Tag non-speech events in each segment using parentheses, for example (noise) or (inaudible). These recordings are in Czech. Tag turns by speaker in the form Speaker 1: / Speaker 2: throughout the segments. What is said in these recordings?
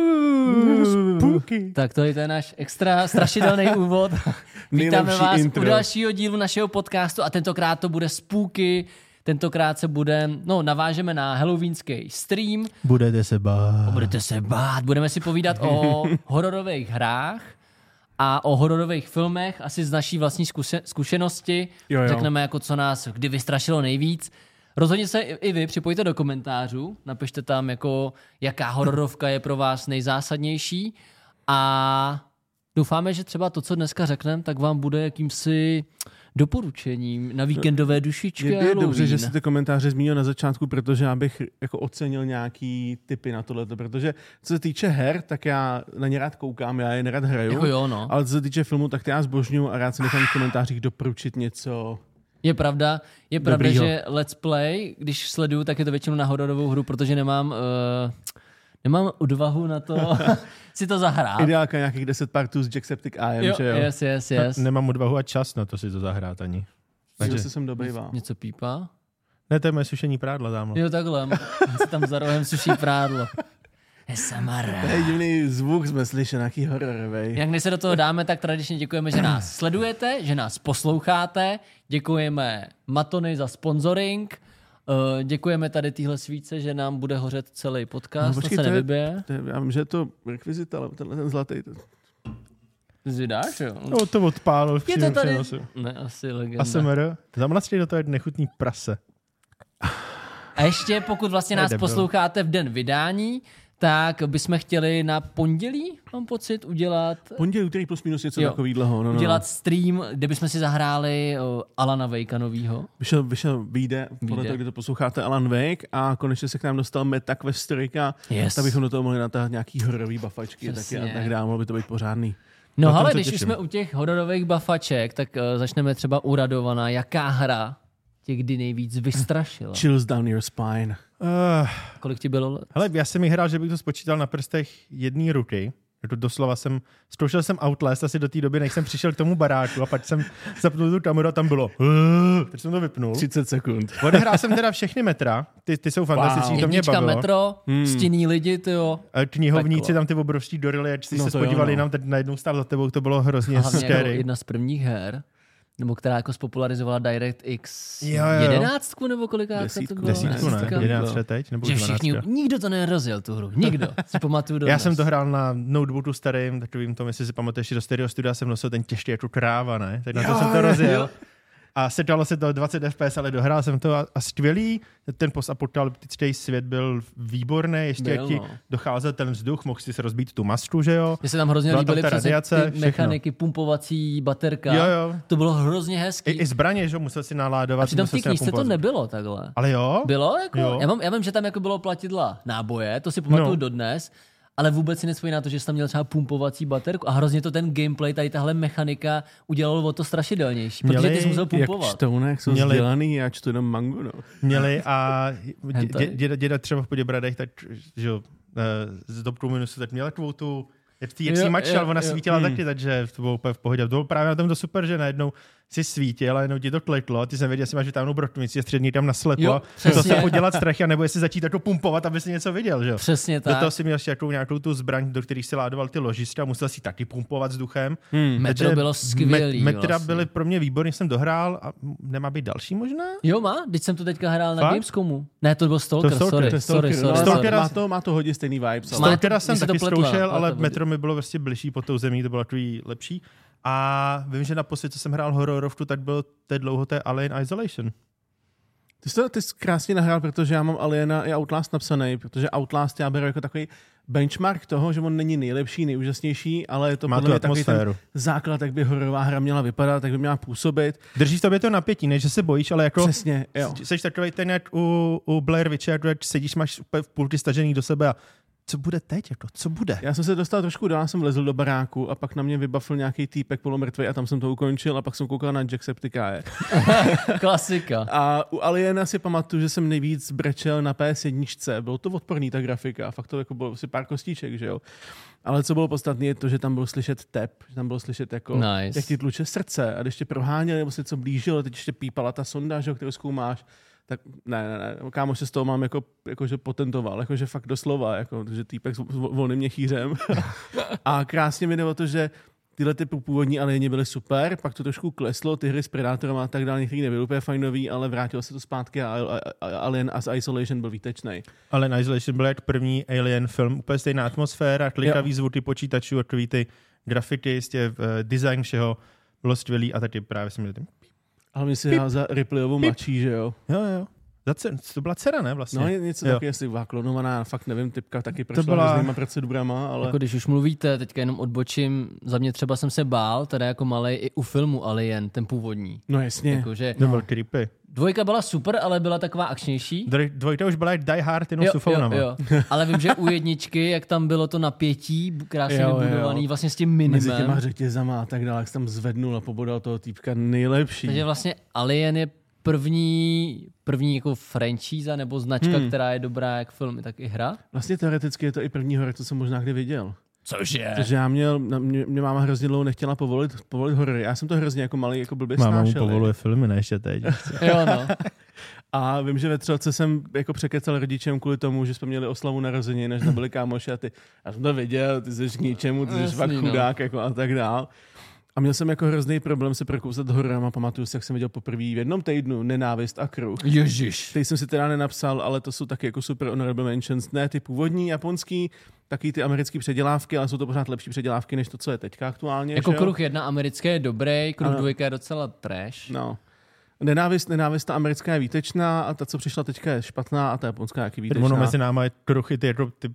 Speaker 1: Uuu.
Speaker 2: Spooky.
Speaker 1: Tak to je ten náš extra
Speaker 2: (laughs)
Speaker 1: strašidelný úvod. Vítáme
Speaker 2: Nejlepší
Speaker 1: vás
Speaker 2: intro.
Speaker 1: u dalšího dílu našeho podcastu a tentokrát to bude spooky. Tentokrát se bude, no navážeme na halloweenský stream.
Speaker 3: Budete se bát.
Speaker 1: Budete se bát, budeme si povídat
Speaker 2: (laughs)
Speaker 1: o hororových hrách a o hororových filmech, asi z naší vlastní zkuse- zkušenosti.
Speaker 2: Jo, jo.
Speaker 1: Řekneme, jako co nás kdy vystrašilo nejvíc. Rozhodně se i i vy připojte do komentářů, napište tam, jako, jaká hororovka je pro vás nejzásadnější a doufáme, že třeba to, co dneska řekneme, tak vám bude jakýmsi doporučením na víkendové dušičky
Speaker 2: Je,
Speaker 1: a
Speaker 2: je dobře,
Speaker 1: Halloween.
Speaker 2: že jsi ty komentáře zmínil na začátku, protože já bych jako ocenil nějaký typy na tohleto, protože co se týče her, tak já na ně rád koukám, já je nerad hraju,
Speaker 1: Jako jo, no.
Speaker 2: ale co se týče filmu, tak ty já zbožňuju a rád si nechám v komentářích doporučit něco.
Speaker 1: Je pravda, je pravda,
Speaker 2: Dobrýho.
Speaker 1: že Let's Play, když sleduju, tak je to většinou na hororovou hru, protože nemám, uh, nemám odvahu na to si to zahrát.
Speaker 2: Ideálka nějakých 10 partů s Jacksepticeyeem,
Speaker 1: Jo,
Speaker 2: že jo?
Speaker 1: yes, yes, yes.
Speaker 3: Nemám odvahu a čas na to si to zahrát ani.
Speaker 2: Takže
Speaker 3: Takže-
Speaker 2: se sem dobývá.
Speaker 1: Něco pípá?
Speaker 3: Ne, to je moje sušení prádla, dámo.
Speaker 1: Jo, takhle. On si tam za rohem suší prádlo. Je Samara.
Speaker 2: Hej, divný zvuk jsme slyšeli, nějaký hororovej.
Speaker 1: Jak než se do toho dáme, tak tradičně děkujeme, že nás sledujete, že nás posloucháte. Děkujeme Matony za sponsoring. Eh, Děkujeme tady téhle svíce, že nám bude hořet celý podcast, no,
Speaker 2: počkej,
Speaker 1: to se
Speaker 2: to je-
Speaker 1: nevybije.
Speaker 2: To je- Já vím, že je to rekvizit, ale tenhle ten zlatý. to-
Speaker 1: Zvydáš, jo?
Speaker 3: No, to odpálil v
Speaker 1: Je to
Speaker 3: přímém
Speaker 1: tady.
Speaker 3: přenosu.
Speaker 1: Ne, asi legenda.
Speaker 3: ASMR. Zamlastí do toho je nechutný prase.
Speaker 1: A ještě pokud vlastně
Speaker 3: To je
Speaker 1: nás
Speaker 3: debil.
Speaker 1: posloucháte v den vydání, tak bychom chtěli na pondělí, mám pocit, udělat,
Speaker 3: No,
Speaker 2: Pondělí, úterý plus minus něco
Speaker 1: Jo.
Speaker 2: takového. No, no.
Speaker 1: udělat stream, kde bychom si zahráli o, Alana Vejka novýho.
Speaker 2: Vyšel, vyšel, vyjde, podle
Speaker 1: Vyjde.
Speaker 2: toho, kdy to posloucháte, Alan Wake a konečně se k nám dostal Meta Quest 4,
Speaker 1: Yes.
Speaker 2: tak bychom do toho mohli natáhat nějaký hororový bafačky
Speaker 1: Přesně.
Speaker 2: taky a tak dále, mohlo by to být pořádný.
Speaker 1: No
Speaker 3: Na tom
Speaker 1: ale
Speaker 3: se
Speaker 1: když už
Speaker 3: těším.
Speaker 1: jsme u těch hororových bafaček, tak uh, začneme třeba u Radovaná, jaká hra tě kdy nejvíc vystrašila.
Speaker 2: Chills down your spine.
Speaker 3: Uh,
Speaker 1: Kolik ti bylo let?
Speaker 3: hele, já jsem ji hrál, že bych to spočítal na prstech jedné ruky. Jako doslova jsem, zkoušel jsem Outlast asi do té doby, než jsem přišel k tomu baráku a pak jsem zapnul tu kameru a tam bylo. Uh, teď jsem to vypnul.
Speaker 2: 30 sekund.
Speaker 3: Odehrál jsem teda všechny metra, ty, ty jsou fantastiční,
Speaker 2: Wow.
Speaker 3: to mě
Speaker 1: Jednička
Speaker 3: bavilo.
Speaker 1: metro, hmm. stinný lidi, ty jo.
Speaker 3: A knihovníci
Speaker 1: Peklo.
Speaker 3: tam ty obrovští dorily, jak si
Speaker 2: No
Speaker 3: no
Speaker 2: to
Speaker 3: se
Speaker 2: jo,
Speaker 3: spodívali
Speaker 2: no.
Speaker 3: nám teď najednou stál za tebou, to bylo hrozně
Speaker 1: Hlavně jako
Speaker 3: scary.
Speaker 1: jedna z prvních her, nebo která jako spopularizovala DirectX
Speaker 3: Jo, jo, jo.
Speaker 1: jedenáctku nebo koliká to
Speaker 2: Desítku.
Speaker 1: bylo?
Speaker 3: Desítku,
Speaker 1: No,
Speaker 3: ne?
Speaker 1: Desítka. No.
Speaker 3: Jedenáct let teď? Nebo
Speaker 1: Že
Speaker 3: už
Speaker 1: všichni,
Speaker 3: dvanáctka?
Speaker 1: nikdo to nerozjel tu hru, nikdo. Si pamatuju do
Speaker 3: (laughs) Já
Speaker 1: dnes.
Speaker 3: jsem to hrál na notebooku starým, takovým tom, jestli si pamatuješ, že do stereo studia jsem nosil ten těžký jako kráva, ne? Tak na to
Speaker 2: Jo,
Speaker 3: jsem
Speaker 2: jo,
Speaker 3: to
Speaker 2: jo.
Speaker 3: rozjel. A sedalo se to 20 FPS, ale dohrál jsem to a, a skvělý. Ten postapokalyptický svět byl výborný, ještě
Speaker 1: Byl,
Speaker 3: jak ti
Speaker 1: no.
Speaker 3: docházel ten vzduch, mohl si se rozbít tu masku, že jo?
Speaker 1: Mně se tam hrozně
Speaker 3: Byla tam
Speaker 1: líbily
Speaker 3: ta
Speaker 1: přesně
Speaker 3: radiace,
Speaker 1: ty
Speaker 3: všechno.
Speaker 1: mechaniky, pumpovací baterka.
Speaker 3: Jo, jo.
Speaker 1: To bylo hrozně hezký.
Speaker 3: I, i zbraně, že jo, musel si
Speaker 1: a
Speaker 3: naládovat.
Speaker 1: přitom v té
Speaker 3: musel si
Speaker 1: knížce to
Speaker 3: napumpovat.
Speaker 1: nebylo takhle.
Speaker 3: Ale jo?
Speaker 1: Bylo? Jako,
Speaker 3: Jo.
Speaker 1: já, mám, já vím, že tam jako bylo platidla náboje, to si pamatuju
Speaker 3: No.
Speaker 1: dodnes, ale vůbec si nespomínám na to, že jsi tam měl třeba pumpovací baterku a hrozně to ten gameplay, tady tahle mechanika udělalo o to strašidelnější, protože
Speaker 3: Měli
Speaker 1: ty jsi musel
Speaker 2: Jak
Speaker 1: pumpovat.
Speaker 2: čtou, ne, jak jsou
Speaker 3: Měli-
Speaker 2: vzdělaný, já čtu jenom mangu, no.
Speaker 3: Měli
Speaker 1: (laughs)
Speaker 3: a dě-
Speaker 1: Hentai.
Speaker 3: dě- děda, děda třeba v Poděbradech, tak že jo, eh, z dobku minusu, tak měl takovou tu, jak si, jak si
Speaker 1: Jo,
Speaker 3: mačkal,
Speaker 1: jo,
Speaker 3: ona
Speaker 1: jo. Hmm.
Speaker 3: svítila taky, takže to bylo úplně v pohodě. To bylo právě na tom to super, že najednou si svítil a jenom ti to kliklo a ty jsem věděl, jestli máš vytáhnout brotnici a střední tam
Speaker 1: Jo,
Speaker 3: naslepo.
Speaker 1: přesně.
Speaker 3: to se podělat strachy, nebo jestli začít jako pumpovat, aby si něco viděl, že jo?
Speaker 1: Přesně
Speaker 3: Do
Speaker 1: tak.
Speaker 3: toho si měl ještě jakou, nějakou tu zbraň, do kterých si ládoval ty ložiska, musel si taky pumpovat s duchem.
Speaker 2: Hmm.
Speaker 1: Metro
Speaker 3: Takže
Speaker 1: bylo skvělý.
Speaker 3: met- Metra
Speaker 1: vlastně.
Speaker 3: byly pro mě výborný, jsem dohrál a nemá být další možná?
Speaker 1: Jo, má? Teď jsem to teďka hrál na
Speaker 3: Fakt?
Speaker 1: Gamescomu. Ne, to byl Stalker,
Speaker 3: To je Stalker,
Speaker 1: sorry,
Speaker 3: to
Speaker 2: je
Speaker 1: sorry,
Speaker 2: Stalker,
Speaker 1: sorry,
Speaker 2: no,
Speaker 1: sorry.
Speaker 2: ale
Speaker 3: Stalker-
Speaker 2: Má to, má to hodně stejný vibes. ale-
Speaker 1: Má-
Speaker 3: Stalkera jsem
Speaker 1: mně se to
Speaker 3: taky
Speaker 1: pletlo,
Speaker 3: zkoušel,
Speaker 1: ale
Speaker 3: ale
Speaker 1: to bylo-
Speaker 3: metro mi bylo vlastně bližší pod tou zemí, to bylo takový lepší. A vím, že naposled, co jsem hrál hororovku, tak byl té dlouho té Alien Isolation.
Speaker 2: Ty jsi to ty jsi krásně nahrál, protože já mám Aliena i Outlast napsaný, protože Outlast já beru jako takový benchmark toho, že on není nejlepší, nejúžasnější, ale je to
Speaker 3: Má
Speaker 2: podle
Speaker 3: tu
Speaker 2: mě takový ten
Speaker 3: atmosféru.
Speaker 2: základ, jak by horová hra měla vypadat, jak by měla působit.
Speaker 3: Drží v tobě to napětí, ne, že se bojíš, ale jako...
Speaker 2: Přesně, jo.
Speaker 3: Jsi takový ten, jak u, u Blair Witche, jak- jak sedíš, máš úplně v půlky stažený do sebe a co bude teď, jako, co bude?
Speaker 2: Já jsem se dostal trošku dál, jsem vlezl do baráku a pak na mě vybafil nějaký týpek polomrtvej a tam jsem to ukončil a pak jsem koukal na Jacksepticaye.
Speaker 1: (laughs) Klasika.
Speaker 2: A u Aliena si pamatuju, že jsem nejvíc brečel na PS1. Bylo to odporný ta grafika, fakt to jako bylo si pár kostíček, že jo. Ale co bylo podstatné, je to, že tam byl slyšet tep, že tam bylo slyšet jako,
Speaker 1: Nice.
Speaker 2: jak ti tluče srdce a když tě proháněli, nebo se co blížilo, teď ještě pípala ta sonda, že jo, kterou zkoumáš, tak ne, ne, ne, kámo se z toho mám jako, jakože potentoval, jakože fakt doslova, jako, že týpek s s vo- volným měchýřem. a krásně mi jde o to, že tyhle ty původní alieni byly super, pak to trošku kleslo, ty hry s Predátorem a tak dále, některý nebyly úplně fajnový, ale vrátilo se to zpátky a a- a- Alien as Isolation byl výtečný.
Speaker 3: Ale Isolation byl jak první Alien film, úplně stejná atmosféra, klikavý zvuky počítačů, takový ty grafiky, jistě eh, design všeho, bylo skvělý a taky právě jsem měl ten...
Speaker 2: Ale mi si dá za Ripleyovou mladší, že jo?
Speaker 3: Jo, jo, jo. Za dcer, to byla dcera, ne vlastně?
Speaker 2: No, je něco
Speaker 3: Jo.
Speaker 2: taky, jestli byla klonovaná, fakt nevím, typka taky prošla
Speaker 3: byla-
Speaker 2: byla... různýma procedurama, ale...
Speaker 1: Jako když už mluvíte, teďka jenom odbočím, za mě třeba jsem se bál, teda jako malej i u filmu Alien, ten původní.
Speaker 2: No jasně. Jako...
Speaker 1: Jakože
Speaker 3: To byl creepy.
Speaker 1: dvojka byla super, ale byla taková akčnější.
Speaker 3: Dvoj- Dvojka už byla jak Die Hard jenom No, s
Speaker 1: jo,
Speaker 3: ufounama.
Speaker 1: jo. Ale vím, že u jedničky, jak tam bylo to napětí, bu- krásně
Speaker 2: Jo, jo.
Speaker 1: vybudovaný, vlastně s tím
Speaker 2: Mezi
Speaker 1: minimem.
Speaker 2: těma řetězama a tak dále, jak jsem tam zvednul a pobodal toho týpka nejlepší.
Speaker 1: Takže vlastně Alien je první, první jako franšíza nebo značka, hmm. která je dobrá jak film, tak i hra.
Speaker 2: Vlastně teoreticky je to i první hora, co jsem možná kdy viděl.
Speaker 1: Cože?
Speaker 2: Protože já měl, na mě, mě máma hrozně dlouho nechtěla povolit, povolit horory. Já jsem to hrozně jako malý, jako blbě
Speaker 3: Máma mu
Speaker 2: snášel.
Speaker 3: povoluje filmy, ne
Speaker 2: (laughs)
Speaker 3: ještě teď.
Speaker 1: Jo, no.
Speaker 2: A vím, že ve Třelce jsem jako překecal rodičem kvůli tomu, že jsme měli oslavu narození, než jsme byli kámoši a ty, já jsem to viděl, ty jsi k ničemu, ty
Speaker 1: No,
Speaker 2: jsi fakt
Speaker 1: jasný, no.
Speaker 2: chudák jako a tak dál. A měl jsem jako hrozný problém se prokousat hororama, pamatuju si, jak jsem viděl poprvé v jednom týdnu Nenávist a kruh.
Speaker 1: Ježiš.
Speaker 2: Ty jsem si teda nenapsal, ale to jsou taky jako super honorable mentions. Ne ty původní japonský, taky ty americké předělávky, ale jsou to pořád lepší předělávky, než to, co je teďka aktuálně.
Speaker 1: Jako
Speaker 2: že jo?
Speaker 1: kruh jedna americké je dobrý, kruh
Speaker 2: Ano.
Speaker 1: dvojka je docela trash.
Speaker 2: No. Nenávist, nenávist, ta americká je výtečná a ta, co přišla teďka, je špatná a ta japonská je taky výtečná.
Speaker 3: ono mezi náma je kruchy, ty, jako, ty,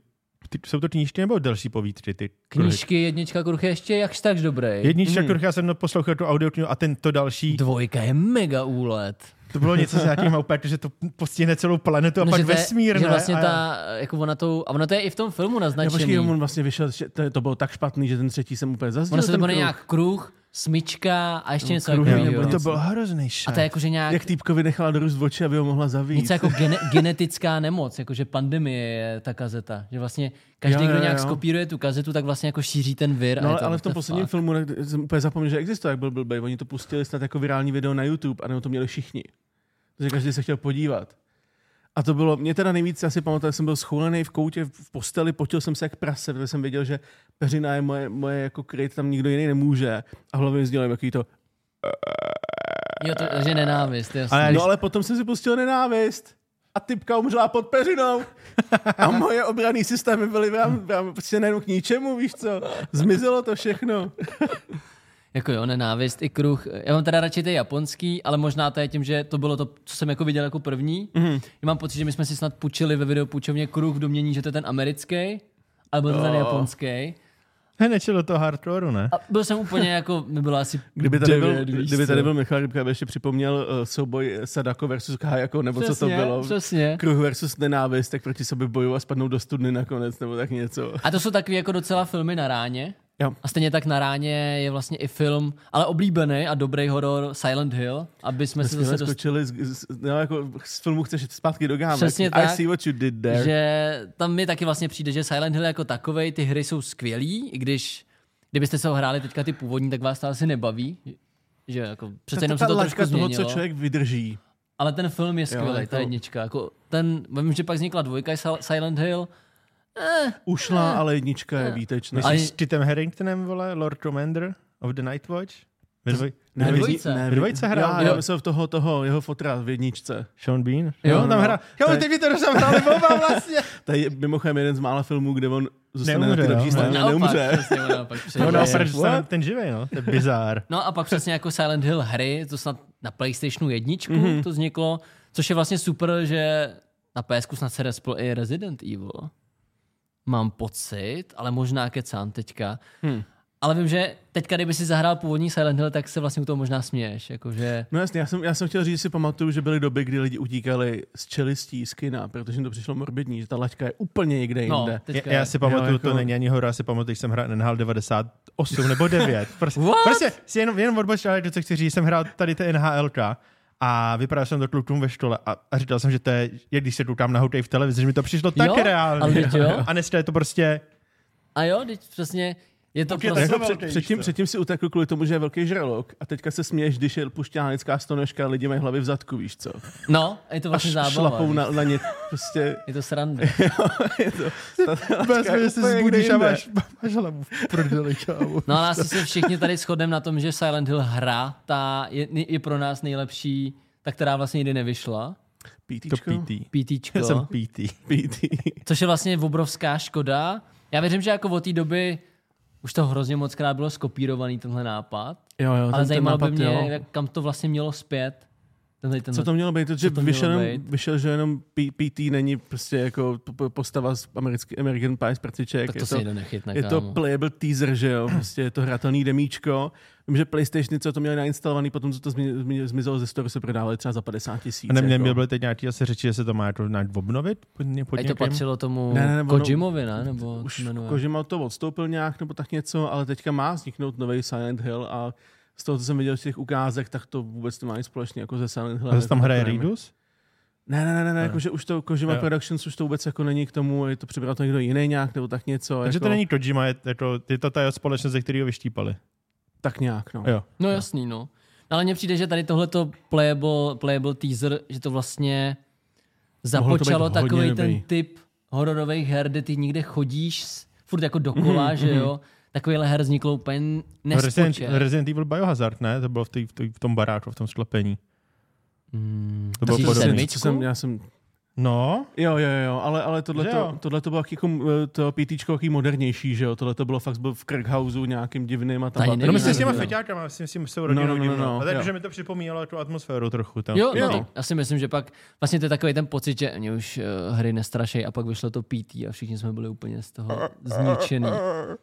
Speaker 3: ty, jsou to knížky nebo delší povídky? Ty kruhy?
Speaker 1: Knížky, Hmm. jednička, kruh je ještě jakž takž dobrý.
Speaker 3: Jednička mm. kruchy, já jsem poslouchal tu audioknihu a ten to další,
Speaker 1: Dvojka je mega úlet.
Speaker 3: to bylo něco
Speaker 1: (laughs)
Speaker 3: s nějakým úplně, že to postihne celou planetu a
Speaker 1: No, že
Speaker 3: pak
Speaker 1: to je-
Speaker 3: vesmír,
Speaker 1: že
Speaker 3: ne?
Speaker 1: vlastně
Speaker 3: a,
Speaker 1: ta, jako ona to, a ona to je i v tom filmu
Speaker 2: Já
Speaker 1: naznačený.
Speaker 2: počkej, on vlastně vyšel, že to, to bylo tak špatný, že ten třetí jsem úplně zazděl.
Speaker 1: ono se to
Speaker 2: ten
Speaker 1: bude
Speaker 2: kruh. No,
Speaker 1: nějak kruh, smyčka a ještě něco
Speaker 2: kruh,
Speaker 1: takového.
Speaker 2: nebo
Speaker 3: to byl hrozný
Speaker 1: A
Speaker 3: šat.
Speaker 1: to je jako- jakože nějak,
Speaker 2: Jak týpkovi nechala dorůst oči, aby ho mohla zavít.
Speaker 1: něco jako gene, genetická nemoc, jakože pandemie je ta kazeta. Že vlastně každý,
Speaker 2: Jo,
Speaker 1: kdo
Speaker 2: jo,
Speaker 1: nějak
Speaker 2: jo.
Speaker 1: skopíruje tu kazetu, tak vlastně jako šíří ten vir. a
Speaker 2: No,
Speaker 1: je
Speaker 2: ale,
Speaker 1: to prostě
Speaker 2: ale
Speaker 1: what
Speaker 2: v tom
Speaker 1: the
Speaker 2: posledním
Speaker 1: fuck.
Speaker 2: filmu ne- jsem úplně zapomněl, že existuje, jak byl blbej. Oni to pustili snad jako virální video na YouTube a nebo to měli všichni. Takže každý se chtěl podívat. A to bylo, mě teda nejvíc asi pamatuju, jak jsem byl schoulený v koutě, v posteli, potil jsem se jak prase, protože jsem věděl, že peřina je moje, moje jako kryt, tam nikdo jiný nemůže. A hlavně mi znělo jaký to.
Speaker 1: Jo, to, že nenávist, jasně.
Speaker 3: Ale-
Speaker 1: Ale...
Speaker 2: No ale potom jsem si pustil nenávist. A typka umřela pod peřinou. A moje obraný systémy byly vám, vám prostě nejenom k ničemu, víš co. Zmizelo to všechno.
Speaker 1: Jako jo, nenávist i kruh. Já mám teda radši ty japonský, ale možná to je tím, že to bylo to, co jsem jako viděl jako první.
Speaker 2: Mhm.
Speaker 1: Mm. Já mám pocit, že my jsme si snad půjčili ve videopůjčovně kruh v domění, že to je ten americký, ale byl to ten
Speaker 2: Jo.
Speaker 1: japonský.
Speaker 3: He, nečilo to hardcoreu, ne?
Speaker 1: A byl jsem úplně jako, mi bylo asi
Speaker 2: Kdyby tady,
Speaker 1: devět,
Speaker 2: byl,
Speaker 1: víš
Speaker 2: kdyby
Speaker 1: co.
Speaker 2: tady byl Michal Rybka, aby ještě připomněl uh, souboj Sadako versus Kajako, nebo
Speaker 1: přesně,
Speaker 2: co to bylo.
Speaker 1: Přesně.
Speaker 2: Kruh versus nenávist, tak proti sobě bojují a spadnou do studny nakonec, nebo tak něco.
Speaker 1: A to jsou takový jako docela filmy na ráně.
Speaker 2: Jo.
Speaker 1: A stejně tak na ráně je vlastně i film, ale oblíbený a dobrý horor Silent Hill, aby jsme se zase
Speaker 2: Zase
Speaker 1: dostali,
Speaker 2: skočili, z, z, no, jako z filmu chceš jít zpátky do gámek.
Speaker 1: Přesně
Speaker 2: I
Speaker 1: tak.
Speaker 2: see what you did there. Že...
Speaker 1: že tam mi taky vlastně přijde, že Silent Hill jako takovej, ty hry jsou skvělý, i když kdybyste se ho hráli teďka ty původní, tak vás to asi nebaví. Že jako, přece jenom se to trošku
Speaker 2: toho,
Speaker 1: změnilo.
Speaker 2: co člověk vydrží.
Speaker 1: Ale ten film je skvělý,
Speaker 2: jako-
Speaker 1: ta jednička. Jako ten, vím, že pak vznikla dvojka Sil- Silent Hill,
Speaker 2: Ušla, ale jednička je výtečná.
Speaker 1: Ale-
Speaker 3: Myslíš s Titem Harringtonem, vole, Lord Commander of the Night Watch? Ve dvoj-
Speaker 1: Ne,
Speaker 3: ve
Speaker 1: ve
Speaker 3: dvoj-
Speaker 1: dvojce.
Speaker 2: ne,
Speaker 3: Ve dvojce hrál,
Speaker 2: Já,
Speaker 3: jo.
Speaker 2: já myslel v toho, toho jeho fotra v jedničce.
Speaker 3: Sean Bean?
Speaker 1: Jo,
Speaker 3: on tam
Speaker 2: no.
Speaker 3: hrál. Jo,
Speaker 2: To je-
Speaker 3: ty víte, že tam hráli oba vlastně.
Speaker 2: (laughs) To je mimochodem jeden z mála filmů, kde on zůstane
Speaker 3: Neumře,
Speaker 2: na ty
Speaker 3: jo.
Speaker 2: lepší straně a
Speaker 1: naopak,
Speaker 2: neumře.
Speaker 1: přesně, on naopak přežije.
Speaker 3: No, no,
Speaker 2: What?
Speaker 3: jsem ten živý, no. To je bizár.
Speaker 1: No a pak přesně jako Silent Hill hry, to snad na PlayStationu jedničku mm-hmm. to vzniklo, což je vlastně super, že na PSku snad se respl i Resident Evil. Mám pocit, ale možná kecám teďka. Hmm. Ale vím, že teďka, kdyby si zahrál původní Silent Hill, tak se vlastně u toho možná směješ. Jakože...
Speaker 2: No jasně, já jsem, já jsem chtěl říct, že si pamatuju, že byly doby, kdy lidi utíkali z čelistí z kina, protože jim to přišlo morbidní, že ta laťka je úplně někde
Speaker 1: No,
Speaker 2: jinde. No,
Speaker 1: teďka...
Speaker 3: Já, já si pamatuju,
Speaker 2: Jo, jako-
Speaker 3: to není ani hora, já si pamatuju, že jsem hrál NHL 98 nebo 9. Prostě,
Speaker 1: What?
Speaker 3: prostě si jenom, jenom odbočil, ale to, co chci říct, jsem hrál tady ty NHLK a vypadal jsem do klukům ve škole a, a říkal jsem, že to je, jak když se koukám na hokej v televizi, že mi to přišlo tak
Speaker 1: Jo,
Speaker 3: (laughs) reálně.
Speaker 1: ale teď jo.
Speaker 3: A dneska je to prostě
Speaker 1: A jo, teď přesně Je to
Speaker 3: Pokud je
Speaker 1: prostě...
Speaker 3: tak-
Speaker 2: Jako
Speaker 3: velký,
Speaker 2: před,
Speaker 3: víš
Speaker 2: předtím,
Speaker 3: co?
Speaker 2: předtím si utekl kvůli tomu, že je velký žralok a teďka se směješ, když je pušťánická stonožka a lidi mají hlavy v zadku, víš co?
Speaker 1: No, je to
Speaker 2: A
Speaker 1: vlastně
Speaker 2: š-
Speaker 1: zábava.
Speaker 2: šlapou
Speaker 1: víš.
Speaker 2: na, na ně, prostě
Speaker 1: Je to sranda.
Speaker 2: je to, ta,
Speaker 3: Bez
Speaker 2: je
Speaker 3: že se
Speaker 2: úplně někde
Speaker 3: zbudíš a
Speaker 2: jinde.
Speaker 3: máš, máš hlavu v prdeli, kámo.
Speaker 1: No ale asi se všichni tady shodneme na tom, že Silent Hill hra ta je, je pro nás nejlepší, ta, která vlastně nikdy nevyšla.
Speaker 3: To
Speaker 2: Pítíčko?
Speaker 3: PT.
Speaker 1: PTčko.
Speaker 3: Já jsem PT.
Speaker 2: Pítí.
Speaker 1: Což je vlastně obrovská škoda. Já věřím, že jako od té doby už to hrozně moc krát bylo skopírovaný tenhle nápad.
Speaker 2: Jo, jo, No, ten-
Speaker 1: ale
Speaker 2: ten
Speaker 1: zajímalo by
Speaker 2: nápad,
Speaker 1: mě,
Speaker 2: jo.
Speaker 1: jak, kam to vlastně mělo zpět. Tenhle, tenhle.
Speaker 2: Co to mělo být? To, že
Speaker 1: No. to mělo
Speaker 2: vyšel, jenom,
Speaker 1: být?
Speaker 2: vyšel, že jenom P- PT není prostě jako p- p- postava z americký, American Pie z prciček.
Speaker 1: tak
Speaker 2: Je
Speaker 1: to se jde nechytne,
Speaker 2: je to
Speaker 1: kámo.
Speaker 2: playable teaser, že
Speaker 1: (clears throat)
Speaker 2: jo? Prostě je to hratelný demíčko. Vím, že PlayStation, co to měli nainstalovaný, potom co to zmi- zmi- zmizelo ze storu, se prodávali třeba za 50 tisíc.
Speaker 3: A neměl
Speaker 2: jako.
Speaker 3: jako. byly teď nějaký asi řeči, že se to má jako nějak obnovit? Pod, ně- pod
Speaker 1: Ať to
Speaker 3: nějakým-
Speaker 1: patřilo tomu
Speaker 2: Ne,
Speaker 1: ne,
Speaker 2: ne,
Speaker 1: ne,
Speaker 2: ne, ono-
Speaker 1: Kojimovi, ne? Nebo
Speaker 2: Už
Speaker 1: Už jmenuje.
Speaker 2: Kojima to odstoupil nějak nebo tak něco, ale teďka má vzniknout nový Silent Hill a z toho, co jsem viděl z těch ukázek, tak to vůbec nemá nic společně jako ze Silent Hill.
Speaker 3: A zase tam hraje Reedus?
Speaker 2: Ne, ne, ne, ne, ne, jakože už to Kojima
Speaker 3: Jo.
Speaker 2: Productions už to vůbec jako není k tomu, je to přibral to někdo jiný nějak nebo tak něco.
Speaker 3: Takže
Speaker 2: jako,
Speaker 3: to není Kojima, je, jako, je to ta jeho společnost, ze kterého vyštípali.
Speaker 2: Tak nějak, no.
Speaker 3: Jo.
Speaker 1: No jasný, no. Ale mně přijde, že tady tohleto playable, playable teaser, že to vlastně započalo
Speaker 2: být hodně
Speaker 1: takový ten
Speaker 2: dobrý.
Speaker 1: typ hororových her, kde ty někde chodíš s- furt jako dokola,
Speaker 2: Mhm,
Speaker 1: mm, že jo? Takovýhle her vzniklo úplně
Speaker 2: No,
Speaker 3: Resident,
Speaker 1: nespočet.
Speaker 3: Resident Evil Biohazard, ne? To bylo v, tý, v, tý, v tom baráku, v tom sklepení.
Speaker 1: Hmm,
Speaker 3: To bylo
Speaker 1: Myslíš, že
Speaker 3: podobný.
Speaker 1: sedmičku?
Speaker 2: Co jsem, já jsem,
Speaker 3: No,
Speaker 2: jo, jo, jo, ale, ale tohle,
Speaker 3: Že
Speaker 2: to,
Speaker 3: jo?
Speaker 2: tohle to bylo taky jako, eh, to PTčko jaký modernější, že jo, tohle to bylo fakt byl v Kirkhouseu nějakým divným a tam.
Speaker 1: Tady
Speaker 3: no
Speaker 1: nevím,
Speaker 3: myslím s
Speaker 1: nevím,
Speaker 3: těma
Speaker 1: no.
Speaker 3: feťákama, myslím s tím svou rodinou.
Speaker 2: No, no, no,
Speaker 3: divnou.
Speaker 2: no,
Speaker 3: A tak,
Speaker 2: jo.
Speaker 3: že mi to připomínalo tu atmosféru trochu tam.
Speaker 1: Jo,
Speaker 2: Jo.
Speaker 1: no, tak já si myslím, že pak vlastně to je takový ten pocit, že mě už uh, hry nestrašej a pak vyšlo to PT a všichni jsme byli úplně z toho zničený.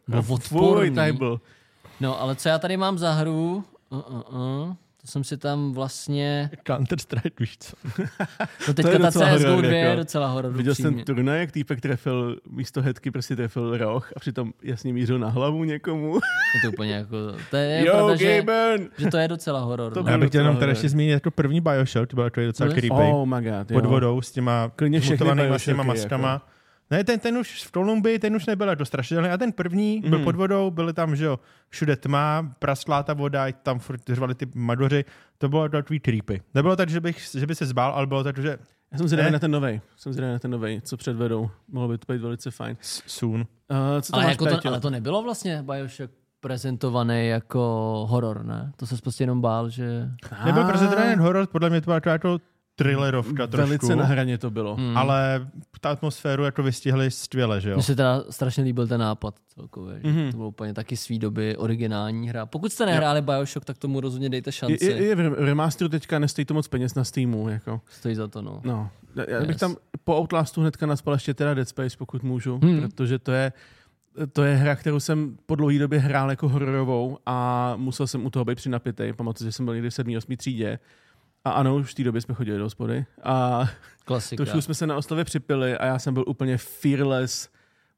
Speaker 1: Bylo
Speaker 2: Tvůj
Speaker 1: No, odporný.
Speaker 2: No, tady byl.
Speaker 1: No, ale co já tady mám za hru? Uh, uh, uh, to jsem si tam vlastně...
Speaker 3: Counter-Strike, víš co?
Speaker 1: No teďka ta
Speaker 2: docela
Speaker 1: CSGO
Speaker 2: horor,
Speaker 1: 2 je
Speaker 2: jako.
Speaker 1: docela horor.
Speaker 2: Viděl
Speaker 1: upřímně.
Speaker 2: jsem turnaj, jak týpek trefil místo hetky, prostě trefil roh a přitom jasně mířil na hlavu někomu.
Speaker 1: Je to úplně jako... To je
Speaker 2: jo,
Speaker 1: pravda, že,
Speaker 2: Gaben!
Speaker 1: že, to je docela horor.
Speaker 2: To
Speaker 1: no.
Speaker 3: Já bych
Speaker 2: docela
Speaker 3: chtěl jenom tady
Speaker 2: dobrý.
Speaker 3: ještě zmínit jako první Bioshock, to byl takový docela
Speaker 1: No.
Speaker 3: creepy.
Speaker 2: Oh my god, jo.
Speaker 3: pod vodou s těma
Speaker 2: Klidně všechny
Speaker 3: mutovanýma s
Speaker 2: Biošocky,
Speaker 3: těma maskama. Jako. Ne, ten, ten už v Kolumbii, ten už nebyl jako strašidelný. A ten první byl
Speaker 2: Mm.
Speaker 3: pod vodou, byly tam, že jo, všude tma, prasklá ta voda, tam furt řvali ty madoři. To bylo takový creepy. Nebylo tak, že, bych, že by se zbál, ale bylo tak, že
Speaker 2: Já jsem zvědavý
Speaker 3: Ne?
Speaker 2: na ten novej. Jsem zvědavý na ten novej, co předvedou. Mohlo by to být velice fajn.
Speaker 3: s- soon.
Speaker 2: Uh, co tam
Speaker 1: ale,
Speaker 2: máš,
Speaker 1: jako
Speaker 2: Péťo?
Speaker 1: to, ale to nebylo vlastně Bioshock prezentovaný jako horor, ne? To se prostě jenom bál, že...
Speaker 2: Ah,
Speaker 3: Nebyl prostě to jen horor, podle mě to byla taková jako thrillerovka trošku.
Speaker 2: Mm, Velice na hraně to bylo.
Speaker 1: Hmm.
Speaker 3: Ale ta atmosféru jako vystihli skvěle, že jo.
Speaker 1: Mně se teda strašně líbil ten nápad celkově.
Speaker 2: Mhm.
Speaker 1: Mm-hmm. To bylo úplně taky svý doby originální hra. Pokud jste nehráli Bioshock, tak tomu rozhodně dejte šanci.
Speaker 2: Je, je, je, v rem- remasteru teďka nestojí to moc peněz na Steamu. Jako.
Speaker 1: Stojí za to, no.
Speaker 2: No, já bych
Speaker 1: Yes.
Speaker 2: tam po Outlastu hnedka naspal ještě teda Dead Space, pokud můžu,
Speaker 1: Hmm.
Speaker 2: protože to je, to je hra, kterou jsem po dlouhé době hrál jako hororovou a musel jsem u toho být přinapitej. Pamatuju, že jsem byl někdy v 7. 8. třídě. A ano, už v té době jsme chodili do hospody. A
Speaker 1: Klasika.
Speaker 2: trošku jsme se na oslavě připili a já jsem byl úplně fearless,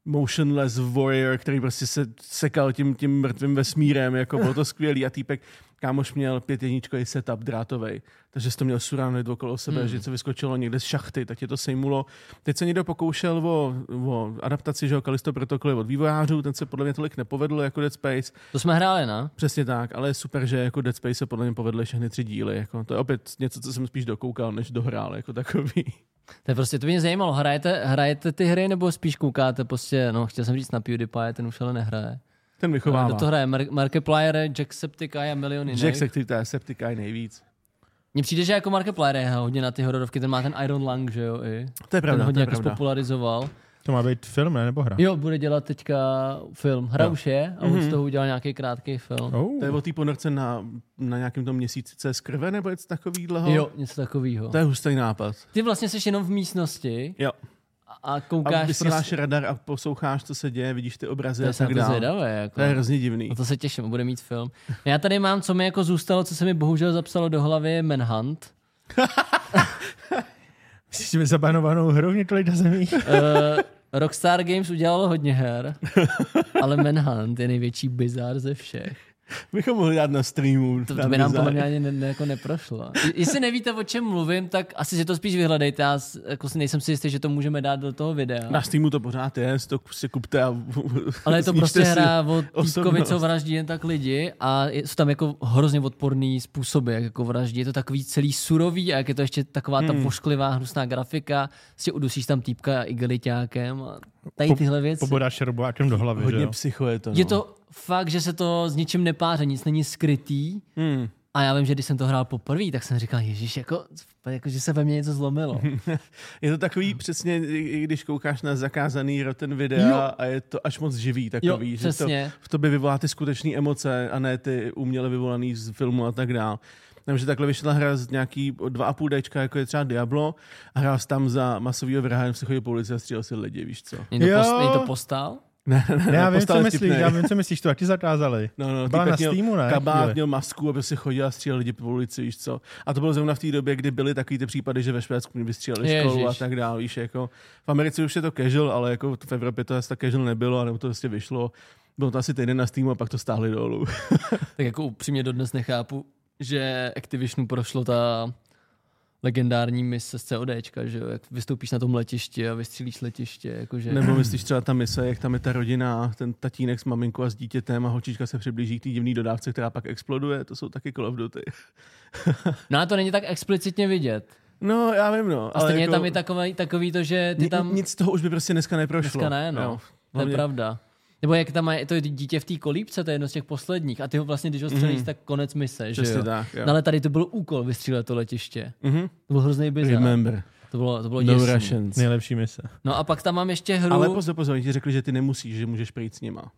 Speaker 2: motionless warrior, který prostě se sekal tím, tím mrtvým vesmírem, jako bylo to skvělý. A týpek, kámoš měl pět jedničkový setup drátový, takže jsi to měl suráno okolo sebe, hmm. že co vyskočilo někde z šachty, tak tě to sejmulo. Teď se někdo pokoušel o, o adaptaci, že jo, Kalisto protokoly od vývojářů, ten se podle mě tolik nepovedl jako Dead Space,
Speaker 1: To jsme hráli, ne?
Speaker 2: Přesně tak, ale je super, že jako Dead Space se podle mě povedly všechny tři díly. Jako. To je opět něco, co jsem spíš dokoukal, než dohrál jako takový. (laughs)
Speaker 1: To je prostě, to by mě zajímalo, hrajete, hrajete ty hry nebo spíš koukáte prostě, no chtěl jsem říct na PewDiePie, ten už ale nehraje.
Speaker 2: Ten
Speaker 1: Chovává.
Speaker 2: vychovává.
Speaker 1: Kdo to hraje? Mar- Markiplier, Jacksepticeye a miliony
Speaker 2: Jack se který to je Septicaj nejvíc.
Speaker 1: Mně přijde, že jako Markiplier je hodně na ty hororovky, ten má ten Iron Lung, že jo, i.
Speaker 2: To
Speaker 1: Ten
Speaker 2: je pravda, to
Speaker 1: hodně
Speaker 2: je
Speaker 1: jako
Speaker 2: pravda.
Speaker 1: spopularizoval.
Speaker 3: To má být film, ne? Nebo hra?
Speaker 1: Jo, bude dělat teďka film. Hra už je a
Speaker 2: Mhm.
Speaker 1: on z toho udělal nějaký krátký film.
Speaker 3: Oh.
Speaker 2: To je o té ponorce na, na nějakém tom měsíci, co je z krve nebo něco takového.
Speaker 1: Jo, něco takového.
Speaker 2: To je hustý nápad.
Speaker 1: Ty vlastně jsi jenom v místnosti
Speaker 2: Jo.
Speaker 1: a- a
Speaker 2: A
Speaker 1: koukáš prostě-
Speaker 2: vysíláš radar a posloucháš, co se děje, vidíš ty obrazy
Speaker 1: To
Speaker 2: a
Speaker 1: je snad
Speaker 2: tak
Speaker 1: to
Speaker 2: dále.
Speaker 1: zvědavé, jako.
Speaker 2: To je hrozně divný.
Speaker 1: No to se těším, bude mít film. Já tady mám, co mi jako zůstalo, co se mi bohužel zapsalo do hlavy, je Manhunt.
Speaker 3: Myslíš, že by zabanovanou hru v několika
Speaker 2: (laughs)
Speaker 3: zemích?
Speaker 1: Uh, Rockstar Games udělalo hodně her, ale Manhunt je největší bizár ze všech.
Speaker 2: Bychom mohli dát na streamu.
Speaker 1: To,
Speaker 2: dát
Speaker 1: to by nám
Speaker 2: design.
Speaker 1: podle mě ani ne, ne, jako neprošlo. I- Jestli nevíte, o čem mluvím, tak asi si to spíš vyhledejte. Já s- jako si nejsem si jistý, že to můžeme dát do toho videa.
Speaker 2: Na Steamu to pořád je, si to si kupte a
Speaker 1: Ale je to
Speaker 2: (laughs) snížte
Speaker 1: prostě
Speaker 2: si
Speaker 1: hra o týpkovi,
Speaker 2: osobnost.
Speaker 1: co vraždí jen tak lidi a je- jsou tam jako hrozně odporný způsoby, jak jako vraždí. Je to takový celý surový a jak je to ještě taková
Speaker 2: Hmm.
Speaker 1: ta vošklivá, hnusná grafika. Prostě udusíš tam týpka igeliťákem a tady
Speaker 3: Po-
Speaker 1: tyhle věci.
Speaker 3: Pobodáš šrobovákem do hlavy, že
Speaker 2: Hodně
Speaker 3: jo?
Speaker 2: psycho je to. No.
Speaker 1: Je to fakt, že se to s ničím nepáře, nic není skrytý.
Speaker 2: Hmm.
Speaker 1: A já vím, že když jsem to hrál poprvé, tak jsem říkal, ježíš, jako, jako, že se ve mně něco
Speaker 2: (laughs)
Speaker 1: zlomilo.
Speaker 2: Je to takový přesně, i i když koukáš na zakázaný Rotten videa
Speaker 1: Jo.
Speaker 2: a je to až moc živý takový,
Speaker 1: Jo,
Speaker 2: že to
Speaker 1: přesně.
Speaker 2: v tobě vyvolá ty skutečné emoce a ne ty uměle vyvolaný z filmu a tak dál. Nevím, že takhle vyšla hra z nějaký 2,5 dečka, jako je třeba Diablo, a hrál jsi tam za masovýho vraha, jenom se chodil po ulici a střílel si lidi, víš co?
Speaker 1: Někdo,
Speaker 3: Jo.
Speaker 1: post, někdo postál?
Speaker 2: Ne, ne, ne,
Speaker 3: Ne, já vím,
Speaker 2: postál
Speaker 3: co
Speaker 2: je
Speaker 3: myslíš,
Speaker 2: vtipnej.
Speaker 3: já vím, co myslíš, to taky zakázali.
Speaker 2: No, no,
Speaker 3: Byla
Speaker 2: týpek
Speaker 3: na Steamu, ne?
Speaker 2: Kabát
Speaker 3: Chvíli.
Speaker 2: měl masku, aby se chodil a střílel lidi po ulici, víš co. A to bylo zrovna v té době, kdy byly takový ty případy, že ve Švédsku mě vystříleli
Speaker 1: Ježiš.
Speaker 2: školu a tak dále, víš, jako. V Americe už je to casual, ale jako v Evropě to asi tak casual nebylo, anebo to prostě vyšlo. Bylo to asi týden na Steamu a pak to
Speaker 1: (laughs)
Speaker 2: stáhli dolů.
Speaker 1: Tak jako upřímně dodnes nechápu, že Activisionu prošlo ta legendární mise z CODčka, že jo? Jak vystoupíš na tom letišti a vystřílíš letiště, jakože...
Speaker 2: Nebo myslíš třeba ta mise, jak tam je ta rodina, ten tatínek s maminkou a s dítětem a holčička se přiblíží k té divné dodávce, která pak exploduje, to jsou taky Call of Duty.
Speaker 1: No a to není tak explicitně vidět.
Speaker 2: No, já vím, no.
Speaker 1: A
Speaker 2: ale
Speaker 1: stejně
Speaker 2: jako,
Speaker 1: jako... tam je takový, takový to, že ty tam...
Speaker 2: ni- Nic z toho už by prostě dneska neprošlo.
Speaker 1: Dneska ne, no.
Speaker 2: Jo.
Speaker 1: to je
Speaker 2: Hlavně-
Speaker 1: pravda. Nebo jak tam je to dítě v té kolíbce, to je jedno z těch posledních. A ty ho vlastně, když ho střelíš, mm. tak konec mise, že
Speaker 2: Přesně
Speaker 1: jo?
Speaker 2: tak, jo.
Speaker 1: No ale tady to byl úkol vystřílet to letiště.
Speaker 2: Mhm.
Speaker 1: To byl hrozný bizar.
Speaker 2: Remember.
Speaker 1: To bylo, to bylo
Speaker 2: No
Speaker 1: děsný.
Speaker 2: Russians.
Speaker 3: Nejlepší mise.
Speaker 1: No a pak tam mám ještě hru...
Speaker 2: Ale pozor, pozor, oni ti řekli, že ty nemusíš, že můžeš prýt s nima.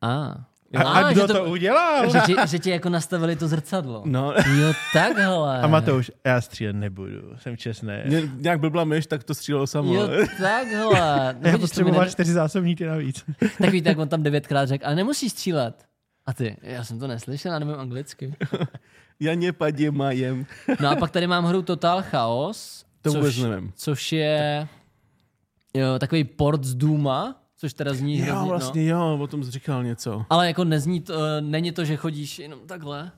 Speaker 1: A,
Speaker 3: A, a
Speaker 1: že
Speaker 3: kdo to udělal?
Speaker 1: že, ti, že ti jako nastavili to zrcadlo. (laughs)
Speaker 2: No,
Speaker 1: Jo, takhle.
Speaker 3: A Matouš, já střílet nebudu, jsem čestný.
Speaker 2: mě nějak blbla myš, tak to střílelo samo.
Speaker 1: Jo, takhle. No,
Speaker 3: Já
Speaker 1: vidíš, to mi
Speaker 3: potřeboval čtyři zásobníky navíc.
Speaker 1: Tak víte, jak on tam devětkrát řekl, ale nemusíš střílet. A ty, já jsem to neslyšel, já nevím anglicky.
Speaker 2: (laughs) Já nepadě majem.
Speaker 1: No a pak tady mám hru Total Chaos.
Speaker 2: To
Speaker 1: což,
Speaker 2: vůbec nevím.
Speaker 1: Což je jo, takový port z Duma, což teda zní
Speaker 2: Jo,
Speaker 1: hrozně, no.
Speaker 2: vlastně jo, o tom jsi říkal něco.
Speaker 1: Ale jako nezní to, eh, není to, že chodíš jenom takhle.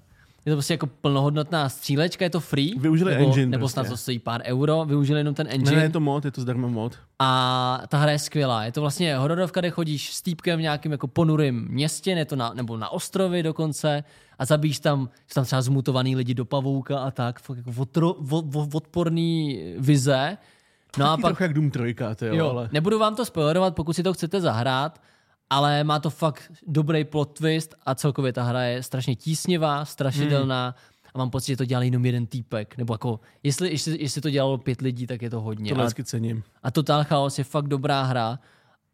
Speaker 1: Je to prostě jako plnohodnotná střílečka, je to free.
Speaker 2: Využili
Speaker 1: nebo,
Speaker 2: engine
Speaker 1: Nebo snad
Speaker 2: prostě.
Speaker 1: to stojí pár euro, využili jenom ten engine.
Speaker 2: Ne, ne, je to mod, je to zdarma mod.
Speaker 1: A ta hra je skvělá. Je to vlastně hororovka, kde chodíš s týpkem v nějakém jako ponurým městě, ne to na, nebo na ostrově dokonce, a zabíš tam, jsou tam třeba zmutovaný lidi do pavouka a tak, fakt jako otro, o, o, odporný vize. No a
Speaker 2: Taky
Speaker 1: pak,
Speaker 2: trochu jak Doom 3, to jo,
Speaker 1: jo,
Speaker 2: ale...
Speaker 1: nebudu vám to spoilerovat, pokud si to chcete zahrát, ale má to fakt dobrý plot twist a celkově ta hra je strašně tísnivá, strašidelná
Speaker 2: Hmm.
Speaker 1: a mám pocit, že to dělal jenom jeden týpek. Nebo jako, jestli, jestli, jestli to dělalo pět lidí, tak je to hodně.
Speaker 2: Tohle
Speaker 1: ale
Speaker 2: vždycky cením.
Speaker 1: a Total Chaos je fakt dobrá hra.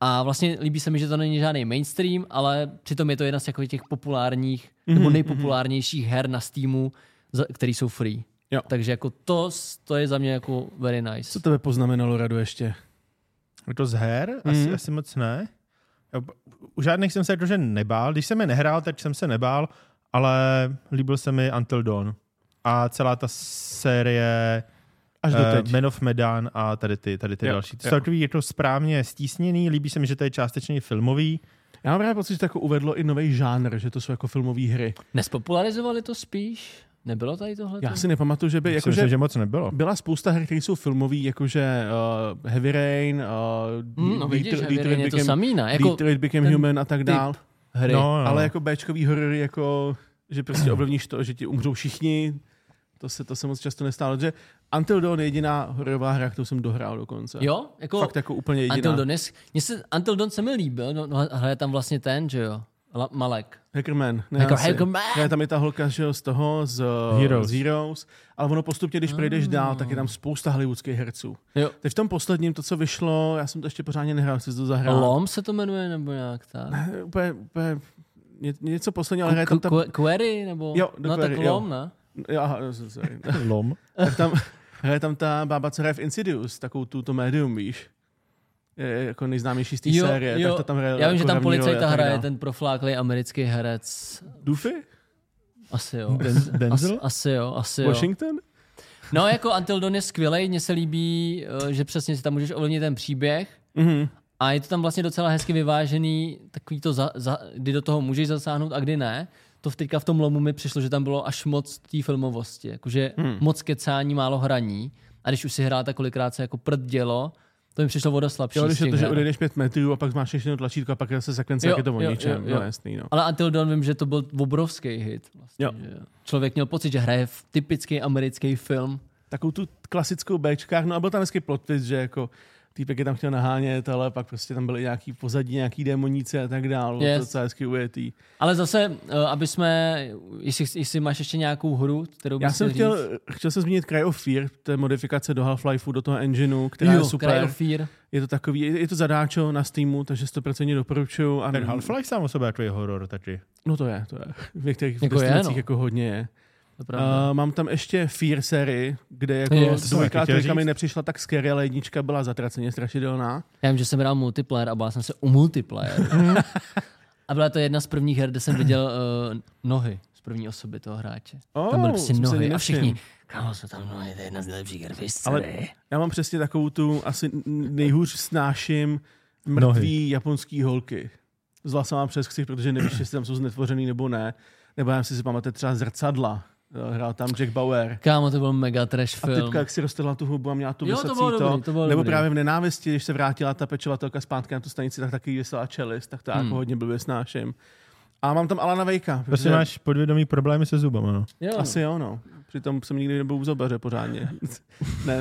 Speaker 1: A vlastně líbí se mi, že to není žádný mainstream, ale přitom je to jedna z takových těch populárních,
Speaker 2: Mhm,
Speaker 1: nebo nejpopulárnějších her na Steamu, za- který jsou free.
Speaker 2: Jo.
Speaker 1: Takže jako to, to je za mě jako very nice.
Speaker 2: Co tebe poznamenalo, Radu, ještě?
Speaker 3: Je to z her? Asi,
Speaker 2: Mhm.
Speaker 3: asi moc ne. Já p- U žádných jsem se jakože nebál. Když jsem je nehrál, tak jsem se nebál, ale líbil se mi Until Dawn. A celá ta série
Speaker 2: Až do
Speaker 3: eh,
Speaker 2: teď.
Speaker 3: Man of Medan a tady ty, tady ty
Speaker 2: Jo,
Speaker 3: další. To
Speaker 2: jo.
Speaker 3: jsou takový jako správně stísněný, líbí se mi, že to je částečně i filmový.
Speaker 2: Já mám rád pocit, že to jako uvedlo i nový žánr, že to jsou jako filmové hry.
Speaker 1: Nespopularizovali to spíš? Nebylo tady tohle?
Speaker 2: Já si nepamatuju, že by...
Speaker 3: Jako si
Speaker 2: Jako,
Speaker 3: myslím,
Speaker 2: že
Speaker 3: že... moc nebylo.
Speaker 2: byla spousta her, které jsou filmové, jakože uh, Heavy Rain, uh,
Speaker 1: Hmm, no vidíš,
Speaker 2: Detroit-
Speaker 1: že Heavy Rain je to
Speaker 2: Became-
Speaker 1: samý, ne? Jako
Speaker 2: Detroit Became
Speaker 1: ten
Speaker 2: Human a tak dál.
Speaker 1: hry.
Speaker 3: No,
Speaker 1: No.
Speaker 3: no.
Speaker 2: Ale jako Bčkový horor, jako, že prostě ovlivníš to, že ti umřou všichni, to se, to se moc často nestálo. Že Until Dawn je jediná hororová hra, kterou jsem dohrál dokonce.
Speaker 1: Jo? Jako
Speaker 2: Fakt jako úplně jediná.
Speaker 1: Until Dawn, jest- mně se, Until Dawn se mi líbil, no, no, hraje tam vlastně ten, že jo? La- Malek.
Speaker 2: Hackerman. Ne,
Speaker 1: Jako
Speaker 2: asi.
Speaker 1: Hackerman!
Speaker 2: Ne, tam je ta holka že, jo, z toho, z
Speaker 3: Heroes.
Speaker 2: Heroes. z Heroes. Ale ono postupně, když projdeš dál, tak je tam spousta hollywoodských herců.
Speaker 1: Jo.
Speaker 2: Teď v tom posledním, to, co vyšlo, já jsem to ještě pořádně nehrál, chci si to zahrát.
Speaker 1: Lom se to jmenuje, nebo nějak tak?
Speaker 2: Eh, Úplně, úplně, ně- něco poslední, ale hraje tam ta...
Speaker 1: Qu- Query, nebo?
Speaker 2: Jo, do
Speaker 1: no tak
Speaker 2: Query, jo.
Speaker 1: lom, ne?
Speaker 2: Jo, Aha, sorry.
Speaker 3: Lom.
Speaker 2: tak tam, (laughs) hraje tam ta bába, co hraje v Insidious, takovou tu to médium, víš? Je jako nejznámější z té série, tak to tam hraje.
Speaker 1: Já vím,
Speaker 2: jako
Speaker 1: že tam
Speaker 2: hlavní roli
Speaker 1: policajta
Speaker 2: a tak
Speaker 1: hraje
Speaker 2: dál.
Speaker 1: ten profláklý americký herec.
Speaker 2: Doofy?
Speaker 1: Asi
Speaker 2: (laughs)
Speaker 1: jo.
Speaker 3: Den- Denzel?
Speaker 1: Asi, asi jo, asi jo.
Speaker 2: Washington?
Speaker 1: No jako Until Dawn je skvělej, mně se líbí, eh, že přesně si tam můžeš ovlivnit ten příběh.
Speaker 2: Mhm.
Speaker 1: A je to tam vlastně docela hezky vyvážený, takový to, za, za, kdy do toho můžeš zasáhnout a kdy ne. to v- teďka v tom lomu mi přišlo, že tam bylo až moc té filmovosti, jakože hmm. moc kecání, málo hraní. A když už si hrál, tak kolikrát se jako prdělo, to mi přišlo voda slabší.
Speaker 2: Jo,
Speaker 1: z
Speaker 2: když je
Speaker 1: těch
Speaker 2: to, že
Speaker 1: her.
Speaker 2: odejdeš pět metrů a pak zmáš ještě jedno tlačítko a pak se sekvence,
Speaker 1: Jo,
Speaker 2: jak je to o
Speaker 1: jo,
Speaker 2: ničem.
Speaker 1: jo, jo.
Speaker 2: No jasný, no.
Speaker 1: Ale Until Dawn vím, že to byl obrovský hit. Vlastně,
Speaker 2: Jo.
Speaker 1: že člověk měl pocit, že hraje v typický americký film.
Speaker 2: Takovou tu klasickou Bčkách, no a byl tam hezký plot twist, že jako týpek je tam chtěl nahánět, ale pak prostě tam byly nějaký pozadí, nějaký démonice a tak dál. Yes.
Speaker 1: Yes.
Speaker 2: To docela hezky ujetý.
Speaker 1: Ale zase, eh, aby jsme, jestli, jestli máš ještě nějakou hru, kterou bys
Speaker 2: Já jsem
Speaker 1: říct,
Speaker 2: chtěl, chtěl jsem zmínit Cry of Fear, to je modifikace do Half-Lifeu, do toho engineu, která jo, je super.
Speaker 1: Cry of Fear.
Speaker 2: Je to takový, je je to zadáčo na Steamu, takže 100% doporučuju. A
Speaker 3: Ten Half-Life sám o sobě jako je horor taky.
Speaker 2: No to je, to je. V některých
Speaker 1: Jako je,
Speaker 2: jako destinacích
Speaker 1: no.
Speaker 2: jako hodně je.
Speaker 1: To pravda.
Speaker 2: Uh, mám tam ještě Fear sérii, kde jako
Speaker 1: Je, to jsem
Speaker 3: taky
Speaker 2: dvojka a
Speaker 3: chtěl
Speaker 2: trojka mi
Speaker 3: říct.
Speaker 2: nepřišla tak scary, ale jednička byla zatraceně strašidelná.
Speaker 1: Já vím, že jsem hrál multiplayer a bál jsem se o
Speaker 2: (laughs)
Speaker 1: multiplayer. a byla to jedna z prvních her, kde jsem viděl uh, nohy z první osoby toho hráče.
Speaker 2: Oh,
Speaker 1: tam byly prostě
Speaker 2: jsem se
Speaker 1: nohy a
Speaker 2: nevšiml.
Speaker 1: všichni, kámo, jsou tam nohy, to je jedna z nejlepších her, víš co,
Speaker 2: Ale
Speaker 1: ne?
Speaker 2: já mám přesně takovou tu, asi nejhůř snáším mrtvý japonský holky. Zla se mám přes ksich, protože nevíš, jestli tam jsou znetvořený nebo ne. Nebo já si si pamatuju třeba zrcadla. Eh, Hrál tam Jack Bauer.
Speaker 1: Kámo, to byl mega trash
Speaker 2: A
Speaker 1: film.
Speaker 2: typka, jak si roztrhla tu hubu a měla tu
Speaker 1: Jo, to
Speaker 2: vysací
Speaker 1: bylo dobrý, to bylo
Speaker 2: nebo
Speaker 1: dobrý.
Speaker 2: právě v nenávisti, když se vrátila ta pečovatelka zpátky na tu stanici, tak taky jí vysela čelist, tak to já
Speaker 1: Hmm.
Speaker 2: jako hodně blbě snáším. A mám tam Alana Vejka.
Speaker 3: Prostě máš podvědomý problémy se zubama, no.
Speaker 1: Jo,
Speaker 2: Asi jo, no. Přitom jsem nikdy nebyl v zubaře pořádně. (laughs) ne,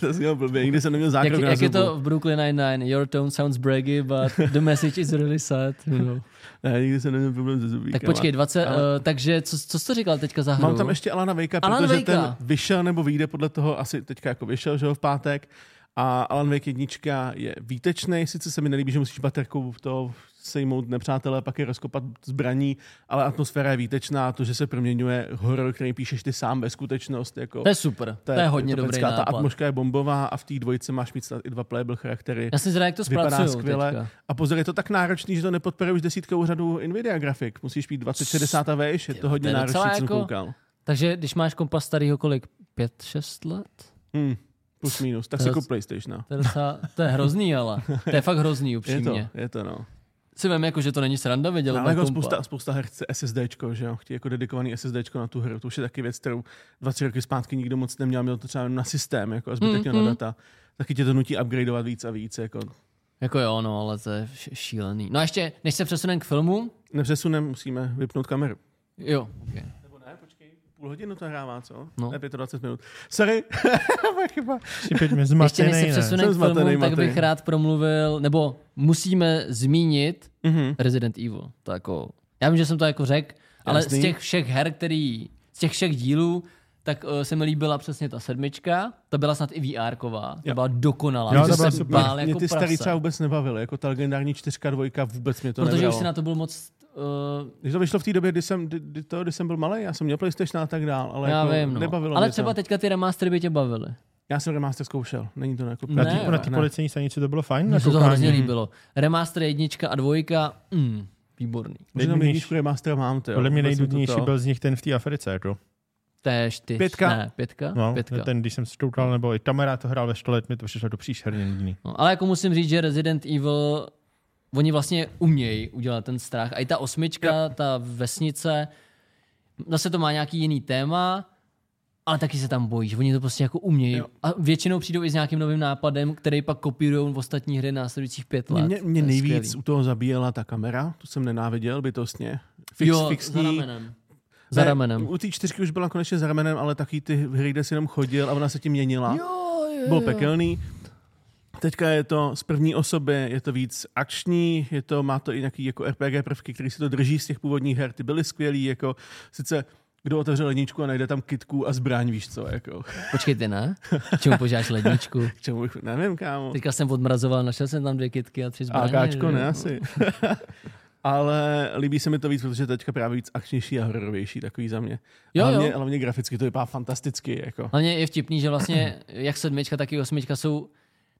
Speaker 2: to znělo blbě, nikdy jsem neměl zákrok
Speaker 1: jak,
Speaker 2: na
Speaker 1: jak je
Speaker 2: zubu.
Speaker 1: to v Brooklyn Nine-Nine? Your tone sounds braggy, but the message is really
Speaker 2: (laughs)
Speaker 1: sad. You know.
Speaker 2: Ne, nikdy jsem neměl problém se zubíkama.
Speaker 1: Tak počkej, 20,
Speaker 2: No, Ale-
Speaker 1: uh, takže co, co jsi to říkal teďka za hru?
Speaker 2: Mám tam ještě Alana Vejka,
Speaker 1: Alan
Speaker 2: protože
Speaker 1: Vejka.
Speaker 2: ten vyšel nebo vyjde podle toho, asi teďka jako vyšel, že jo, v pátek. A Alan Wake jednička je výtečný, sice se mi nelíbí, že musíš baterkou to sejmout nepřátelé, pak je rozkopat zbraní, ale atmosféra je výtečná, to, že se proměňuje horor, který píšeš ty sám ve skutečnost. Jako,
Speaker 1: To je super, to je, hodně dobrý
Speaker 2: pecká. Ta
Speaker 1: nápad.
Speaker 2: atmosféra je bombová a v té dvojice máš mít snad i dva playable charaktery.
Speaker 1: Já jsem zvědavý, jak to
Speaker 2: Vypadá
Speaker 1: zpracuju
Speaker 2: skvěle.
Speaker 1: teďka.
Speaker 2: A pozor, je to tak náročný, že to nepodporuje už desítkou řadu Nvidia grafik. Musíš mít 2060 a vejš, je to hodně
Speaker 1: to je docela
Speaker 2: náročný, co jsem
Speaker 1: jako-
Speaker 2: koukal.
Speaker 1: Takže když máš kompas starýho kolik? 5-6 let?
Speaker 2: Hmm, plus minus. Tak
Speaker 1: To
Speaker 2: si
Speaker 1: je
Speaker 2: kup PlayStation. no.
Speaker 1: To je, docela, to je hrozný, ale. To je fakt hrozný,
Speaker 2: (laughs) Je to,
Speaker 1: upřímně.
Speaker 2: je to no.
Speaker 1: Si vem, jako, že to není sranda viděl.
Speaker 2: No, ale jako spousta, spousta her chce SSDčko, že jo? Chtějí jako dedikovaný SSDčko na tu hru. To už je taky věc, kterou dva, tři roky zpátky nikdo moc neměl. Měl to třeba jenom na systém, jako a zbytek
Speaker 1: Mm,
Speaker 2: mm, na
Speaker 1: mm.
Speaker 2: data. Taky tě to nutí upgradeovat víc a víc. Jako.
Speaker 1: jako jo, no, ale to je š- šílený. No a ještě, než se přesuneme k filmu,
Speaker 2: Nepřesunem, musíme vypnout kameru.
Speaker 1: jo, okay.
Speaker 2: Nebo ne, počkej. Půl hodinu to hrává, co?
Speaker 1: No.
Speaker 2: Ne, 25 minut. Sorry, (laughs) moje chyba.
Speaker 3: Jsi pět mě
Speaker 1: ještě
Speaker 3: zmatený,
Speaker 1: než se
Speaker 3: ne?
Speaker 1: přesuneme k
Speaker 2: Jsem zmatený,
Speaker 1: filmu, tak
Speaker 2: Matej.
Speaker 1: bych rád promluvil, nebo musíme zmínit
Speaker 2: Mhm.
Speaker 1: Resident Evil. To jako, já vím, že jsem to jako řekl, ale
Speaker 2: Jasný.
Speaker 1: z těch všech her, který, z těch všech dílů, tak uh, se mi líbila přesně ta sedmička. Ta byla snad i VR-ková. Ta
Speaker 2: Jo.
Speaker 1: byla dokonalá.
Speaker 3: Jo,
Speaker 1: protože
Speaker 3: ta byla
Speaker 1: jsem
Speaker 3: super.
Speaker 1: bál
Speaker 2: mě
Speaker 1: jako
Speaker 2: ty starý
Speaker 1: prase,
Speaker 2: třeba vůbec nebavily, jako ta legendární čtyřka, dvojka, vůbec mě to
Speaker 1: Protože už
Speaker 2: nebralo.
Speaker 1: si na to byl moc... Uh,
Speaker 2: Když to vyšlo v té době, kdy jsem, kdy, kdy to, kdy jsem byl malý, já jsem měl PlayStation a tak dál, ale
Speaker 1: já
Speaker 2: jako
Speaker 1: vím, no.
Speaker 2: nebavilo
Speaker 1: Ale
Speaker 2: mě
Speaker 1: třeba
Speaker 2: to.
Speaker 1: teďka ty remastery by tě bavily.
Speaker 2: Já jsem remaster zkoušel, není to na jako
Speaker 3: Na
Speaker 1: Ne,
Speaker 3: té- Na té
Speaker 2: ne.
Speaker 3: policejní stanici to bylo fajn? na
Speaker 1: Mně se to
Speaker 3: koukání?
Speaker 1: hrozně líbilo. Remaster jednička a dvojka, mm, výborný.
Speaker 2: Možná jenom
Speaker 3: Nejdůležitější-
Speaker 2: jedničku remaster mám, ty. jo.
Speaker 3: Podle mě
Speaker 2: Vůbec jsem to
Speaker 3: nejdudnější
Speaker 2: to-
Speaker 3: byl z nich ten v té Africe, jako.
Speaker 1: Též ty.
Speaker 2: Pětka.
Speaker 1: Ne, pětka?
Speaker 3: No,
Speaker 1: pětka.
Speaker 3: ten, když jsem stoukal, nebo i kamarád to hrál ve škole, mi to přišlo do příšerně nudný.
Speaker 1: No, ale jako musím říct, že Resident Evil, oni vlastně umějí udělat ten strach. A i ta osmička, ta vesnice, zase to má nějaký jiný téma, ale taky se tam bojíš. Oni to prostě jako umějí.
Speaker 2: Jo.
Speaker 1: A většinou přijdou i s nějakým novým nápadem, který pak kopírují v ostatní hry následujících pět let.
Speaker 2: Mě, mě
Speaker 1: To je
Speaker 2: nejvíc
Speaker 1: skvělý.
Speaker 2: u toho zabíjela ta kamera, tu jsem nenáviděl bytostně. Fix,
Speaker 1: jo,
Speaker 2: fixní.
Speaker 1: za ramenem. Za
Speaker 2: Ne,
Speaker 1: ramenem.
Speaker 2: U té čtyřky už byla konečně za ramenem, ale taky ty hry, kde si jenom chodil a ona se tím měnila.
Speaker 1: Jo, jo,
Speaker 2: Bylo
Speaker 1: jo.
Speaker 2: pekelný. Teďka je to z první osoby, je to víc akční, je to, má to i nějaký jako RPG prvky, který si to drží z těch původních her. Ty byly skvělý, jako sice kdo otevře ledničku a najde tam kitku a zbraň, víš co, jako.
Speaker 1: Počkej ty, ne? K Čemu požáš
Speaker 2: (laughs)
Speaker 1: ledničku?
Speaker 2: K čemu bych, nevím, kámo.
Speaker 1: Teďka jsem odmrazoval, našel jsem tam dvě kitky a tři zbraně.
Speaker 2: AKčko,
Speaker 1: že
Speaker 2: ne
Speaker 1: jo?
Speaker 2: asi. (laughs) Ale líbí se mi to víc, protože teďka právě víc akčnější a hororovější, takový za mě.
Speaker 1: Jo,
Speaker 2: hlavně,
Speaker 1: jo.
Speaker 2: hlavně graficky to vypadá fantasticky, jako.
Speaker 1: Hlavně je vtipný, že
Speaker 2: (clears throat)
Speaker 1: vlastně jak sedmička, tak i osmička jsou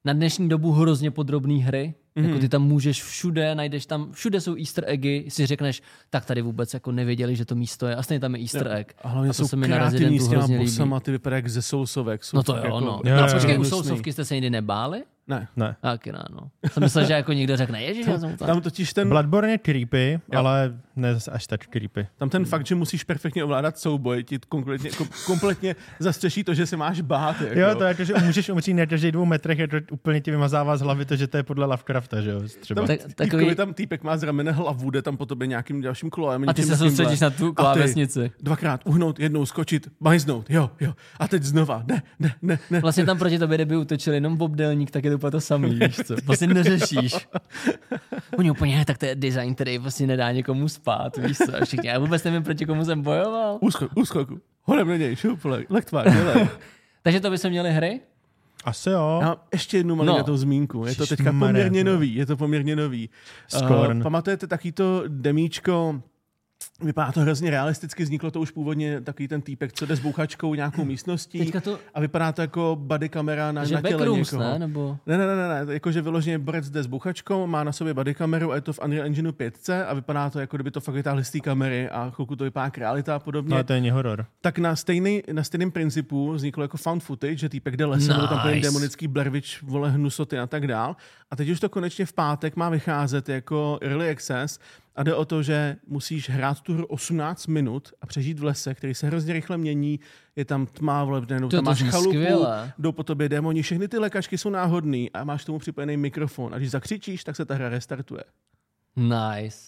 Speaker 1: na dnešní dobu hrozně podrobné hry.
Speaker 2: Mhm.
Speaker 1: Mm-hmm. Jako ty tam můžeš všude, najdeš tam, všude jsou easter eggy, si řekneš, tak tady vůbec jako nevěděli, že to místo je, a stejně tam je easter egg.
Speaker 2: A hlavně
Speaker 1: a to
Speaker 2: jsou
Speaker 1: se mi na
Speaker 2: kreativní
Speaker 1: Residentu
Speaker 2: s těma
Speaker 1: hrozně líbí.
Speaker 2: bosama, ty vypadají jak ze sousovek. Jsou
Speaker 1: No to
Speaker 2: fakt
Speaker 1: jo,
Speaker 2: jako
Speaker 1: no.
Speaker 3: Jo,
Speaker 1: no
Speaker 3: jo,
Speaker 1: počkej, u
Speaker 3: jo.
Speaker 2: hnusný.
Speaker 1: sousovky jste se nikdy nebáli?
Speaker 2: Ne,
Speaker 3: Ne.
Speaker 1: Tak, no. Jsem myslel, že jako někdo řekne, ježiš, já jsem to.
Speaker 2: tam totiž ten
Speaker 3: Bloodborne je creepy, ale ne zase až tak creepy.
Speaker 2: Tam ten fakt, že musíš perfektně ovládat souboj, ti konkrétně, kom, kompletně zastřeší to, že se máš bát. Jako.
Speaker 3: Jo, to jako, že můžeš umřít na každých dvou metrech, je to úplně ti vymazává z hlavy to, že to je podle Lovecrafta, že jo, třeba.
Speaker 2: tam,
Speaker 1: Tak-
Speaker 2: tak,
Speaker 1: takový-
Speaker 2: takový... jako tam týpek má z ramene hlavu, jde tam po tobě nějakým dalším kolem.
Speaker 1: A ty se soustředíš na tu klávesnici.
Speaker 2: Dvakrát uhnout, jednou skočit, bajznout, jo, jo. A teď znova, ne, ne, ne, ne.
Speaker 1: Vlastně tam proti tobě, kdyby utočil jenom Bob Delník, tak je to úplně to samý, víš co? Vlastně neřešíš. Oni úplně, "He, tak to je design, který vlastně nedá někomu spát, víš co? A všichni, já vůbec nevím, proti komu jsem bojoval.
Speaker 2: Úskok, úskoku. Horem na něj, šup, le- lektvar, dělej.
Speaker 1: Takže to by se měly hry?
Speaker 3: Asi jo.
Speaker 2: Já mám ještě jednu malou
Speaker 1: No.
Speaker 2: no. zmínku. Je to teďka
Speaker 3: Ježišmarja,
Speaker 2: poměrně
Speaker 3: no.
Speaker 2: nový. Je to poměrně nový.
Speaker 3: Scorn.
Speaker 2: Uh, pamatujete taky to demíčko, Vypadá to hrozně realisticky, vzniklo to už původně takový ten týpek, co jde s bouchačkou nějakou místností
Speaker 1: Teďka to-
Speaker 2: a vypadá to jako body kamera na,
Speaker 1: Že
Speaker 2: na těle
Speaker 1: Backrooms,
Speaker 2: někoho.
Speaker 1: ne? Nebo...
Speaker 2: Ne, ne, ne, ne, ne. jakože vyloženě borec jde s bouchačkou, má na sobě bodykameru a je to v Unreal Engineu 5 a vypadá to, jako kdyby to fakt vytáhli z té kamery a chvilku to vypadá jak realita a podobně.
Speaker 3: No, to není horor.
Speaker 2: Tak na, stejný, na stejném principu vzniklo jako found footage, že týpek jde lesem, nice. tam plný
Speaker 1: Nice.
Speaker 2: demonický blervič, vole hnusoty a tak dál. A teď už to konečně v pátek má vycházet jako early access a jde o to, že musíš hrát tu hru 18 minut a přežít v lese, který se hrozně rychle mění, je tam tma, vole, najednou
Speaker 1: To-
Speaker 2: tam
Speaker 1: to
Speaker 2: máš
Speaker 1: zní
Speaker 2: chalupu,
Speaker 1: skvěle.
Speaker 2: jdou po tobě démoni, všechny ty lékačky jsou náhodný a máš k tomu připojený mikrofon a když zakřičíš, tak se ta hra restartuje.
Speaker 1: Nice.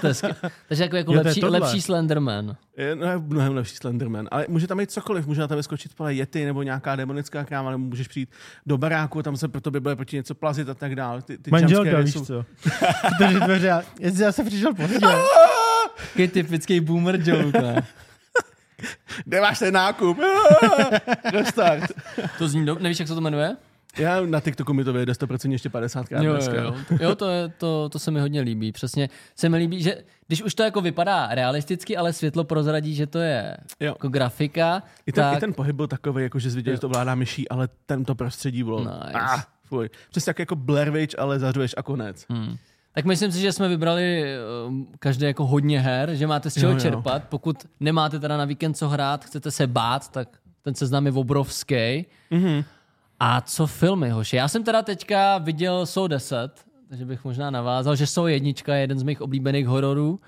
Speaker 1: To je skvělé. Takže jako, jako
Speaker 3: (laughs) Jo, to je
Speaker 1: lepší,
Speaker 3: tohle.
Speaker 1: lepší Slenderman.
Speaker 2: Je no, je mnohem lepší Slenderman, ale může tam jít cokoliv, může na tebe skočit pole jety nebo nějaká demonická kráva, nebo můžeš přijít do baráku, tam se pro tebe bude proti něco plazit a tak dále. Ty, ty
Speaker 3: Manželka,
Speaker 2: jumpscary
Speaker 3: víš
Speaker 2: jsou-
Speaker 3: co? Protože dveře, já, jestli já jsem přišel pozdě.
Speaker 1: Takový typický boomer joke, ne?
Speaker 2: Kde máš ten nákup? Ah! Restart.
Speaker 1: To zní dobře, nevíš, jak se to jmenuje?
Speaker 2: Já na TikToku mi to vyjde 100% ještě 50 krát
Speaker 1: Jo,
Speaker 2: dneska.
Speaker 1: jo, jo. jo to, je, to, to se mi hodně líbí. Přesně se mi líbí, že když už to jako vypadá realisticky, ale světlo prozradí, že to je
Speaker 2: Jo.
Speaker 1: jako grafika,
Speaker 2: I ten,
Speaker 1: tak
Speaker 2: I ten pohyb byl takový, jako že jsi viděl, že to vládá myší, ale tento prostředí bylo.
Speaker 1: Nice.
Speaker 2: Ah, fuj. Přesně tak jako Blair Witch, ale zařuješ a konec.
Speaker 1: Hmm. Tak myslím si, že jsme vybrali ehm, každé jako hodně her, že máte z čeho
Speaker 2: Jo, jo.
Speaker 1: čerpat. Pokud nemáte teda na víkend co hrát, chcete se bát, tak ten seznam je obrovský. Mm-hmm.
Speaker 2: Mhm.
Speaker 1: A co filmy, hoši? Já jsem teda teďka viděl Jsou 10, takže bych možná navázal, že Jsou jednička je jeden z mých oblíbených hororů.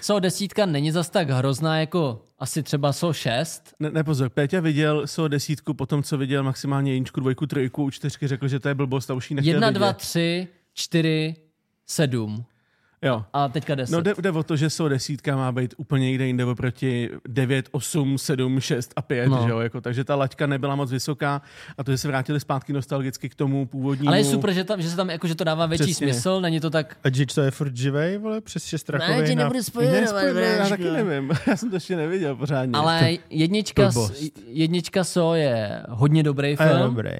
Speaker 1: Jsou desítka není zas tak hrozná jako asi třeba Jsou 6,
Speaker 2: Ne, ne, pozor, Péťa viděl so desítku po tom, co viděl maximálně jedničku, dvojku, trojku, u čtyřky řekl, že to je blbost a už ji nechtěl
Speaker 1: jedna,
Speaker 2: vidět.
Speaker 1: dva, tři, čtyři, sedm
Speaker 2: Jo.
Speaker 1: a teďka 10.
Speaker 2: No jde, jde o to, že jsou desítka má být úplně někde jinde oproti 9, 8, 7, 6 a 5,
Speaker 1: No.
Speaker 2: no. že jo? Jako, takže ta laťka nebyla moc vysoká a to, že se vrátili zpátky nostalgicky k tomu původnímu.
Speaker 1: Ale je super, že, tam, že se tam jako, že to dává větší
Speaker 2: no. Přesně.
Speaker 1: smysl, není to tak
Speaker 3: A Jitch to je furt živej, vole, přes šest rakovin.
Speaker 1: Ne, ti
Speaker 3: a-
Speaker 1: nebudu
Speaker 2: Ne,
Speaker 1: spojovat,
Speaker 2: spoiler, já taky nevím, (laughs) já jsem to ještě neviděl pořádně.
Speaker 1: Ale jednička, s-
Speaker 3: blbost.
Speaker 1: jednička So je hodně dobrý
Speaker 3: A je
Speaker 1: film.
Speaker 3: dobrý.